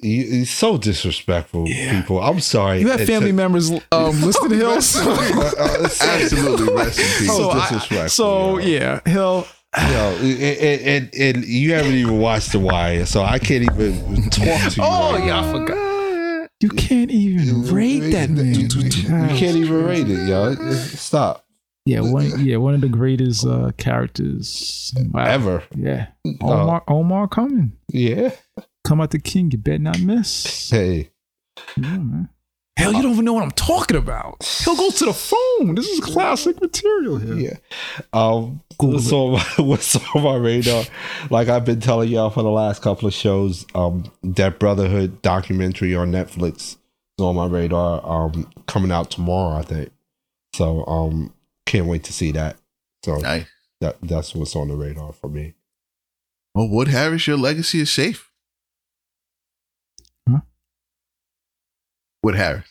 B: You, it's so disrespectful, people. I'm sorry.
D: You have
B: It's
D: family
B: a-
D: members um, listed Hill. So,
B: Uh, uh,
C: Absolutely, rest in peace.
B: So
D: so, I-
B: disrespectful,
D: so
B: yo.
D: yeah, Hill.
B: Yo, and, and, and- and you haven't even watched The Wire, so I can't even talk to you.
D: Oh
B: right
D: yeah, I forgot. You can't even rate that man.
B: You, you can't even rate it, yo. Stop.
D: Yeah, one. Yeah, one of the greatest uh, characters wow.
B: Ever.
D: Yeah, Omar. Omar coming.
B: Yeah.
D: Come out the king. You better not miss.
B: Hey.
D: Yeah, man. Hell, you don't even know what I'm talking about. He'll go to the phone. This is classic material here.
B: Yeah. Um, what's, on my, what's on my radar? Like I've been telling y'all for the last couple of shows, um, that Brotherhood documentary on Netflix is on my radar. Um, coming out tomorrow, I think. So um, can't wait to see that. So
C: Nice.
B: that that's what's on the radar for me.
C: Well, oh, Wood Harris, your legacy is safe.
D: Huh?
C: Wood Harris.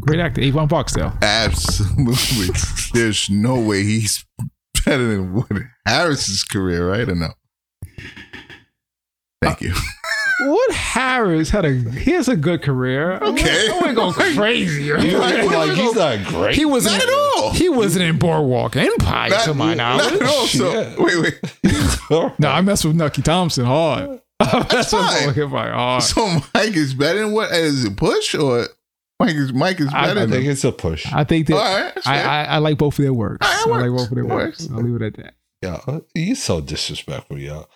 D: Great actor, Avon Barksdale.
C: Absolutely. There's no way he's better than Wood Harris's career, right? Or no? Thank you.
D: Wood Harris had a he has a good career.
C: Okay.
D: I went going crazy.
B: You acting like he's not great.
D: He wasn't
C: Not at all.
D: He wasn't in Boardwalk Empire to my
C: Oh, not at
D: knowledge.
C: all. So,
B: Shit.
C: wait, wait.
D: No, I messed with Nucky Thompson hard. That's
C: fine.
D: what Empire hard.
C: So Mike is better than what? Is it push or Mike is Mike is
D: I
C: better
B: I
C: than?
B: think it's a push.
D: I think that
C: all right. that's
D: I,
C: fair.
D: I I like both of their works.
C: Ah, it
D: I like
C: works.
D: both of their
C: It
D: works.
C: works.
D: I'll leave it at that.
B: Yeah, you so disrespectful, y'all.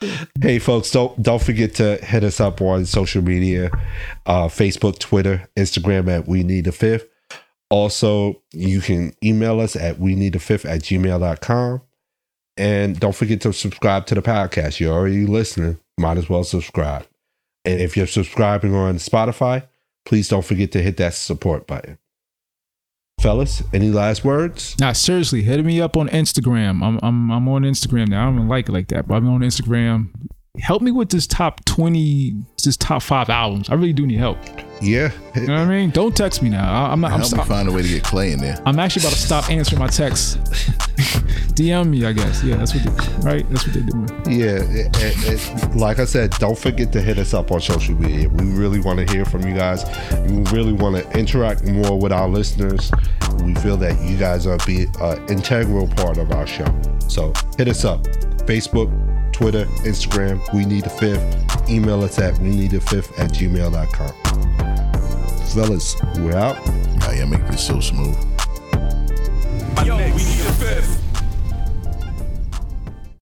B: Hey, folks, don't don't forget to hit us up on social media, uh, Facebook, Twitter, Instagram at We Need a Fifth. Also, you can email us at We Need a Fifth at gmail.com. And don't forget to subscribe to the podcast. You're already listening, might as well subscribe. And if you're subscribing on Spotify, please don't forget to hit that support button. Fellas, any last words?
D: Nah, seriously, hit me up on Instagram. I'm I'm I'm on Instagram now. I don't even like it like that, but I'm on Instagram. Help me with this top twenty, this top five albums. I really do need help.
B: Yeah.
D: You know what I mean? Don't text me now. I, I'm not. I'm,
C: Help me
D: st-
C: find a way to get Clay in there.
D: I'm actually about to stop answering my texts. DM me, I guess. Yeah, that's what. They, right? That's what they're doing.
B: Yeah, it, it, it, like I said, don't forget to hit us up on social media. We really want to hear from you guys. We really want to interact more with our listeners. We feel that you guys are be an integral part of our show. So hit us up: Facebook, Twitter, Instagram. We need a fifth. Email us at we need a fifth at gmail.com. Fellas, we're out.
C: Oh, yeah, make this so smooth.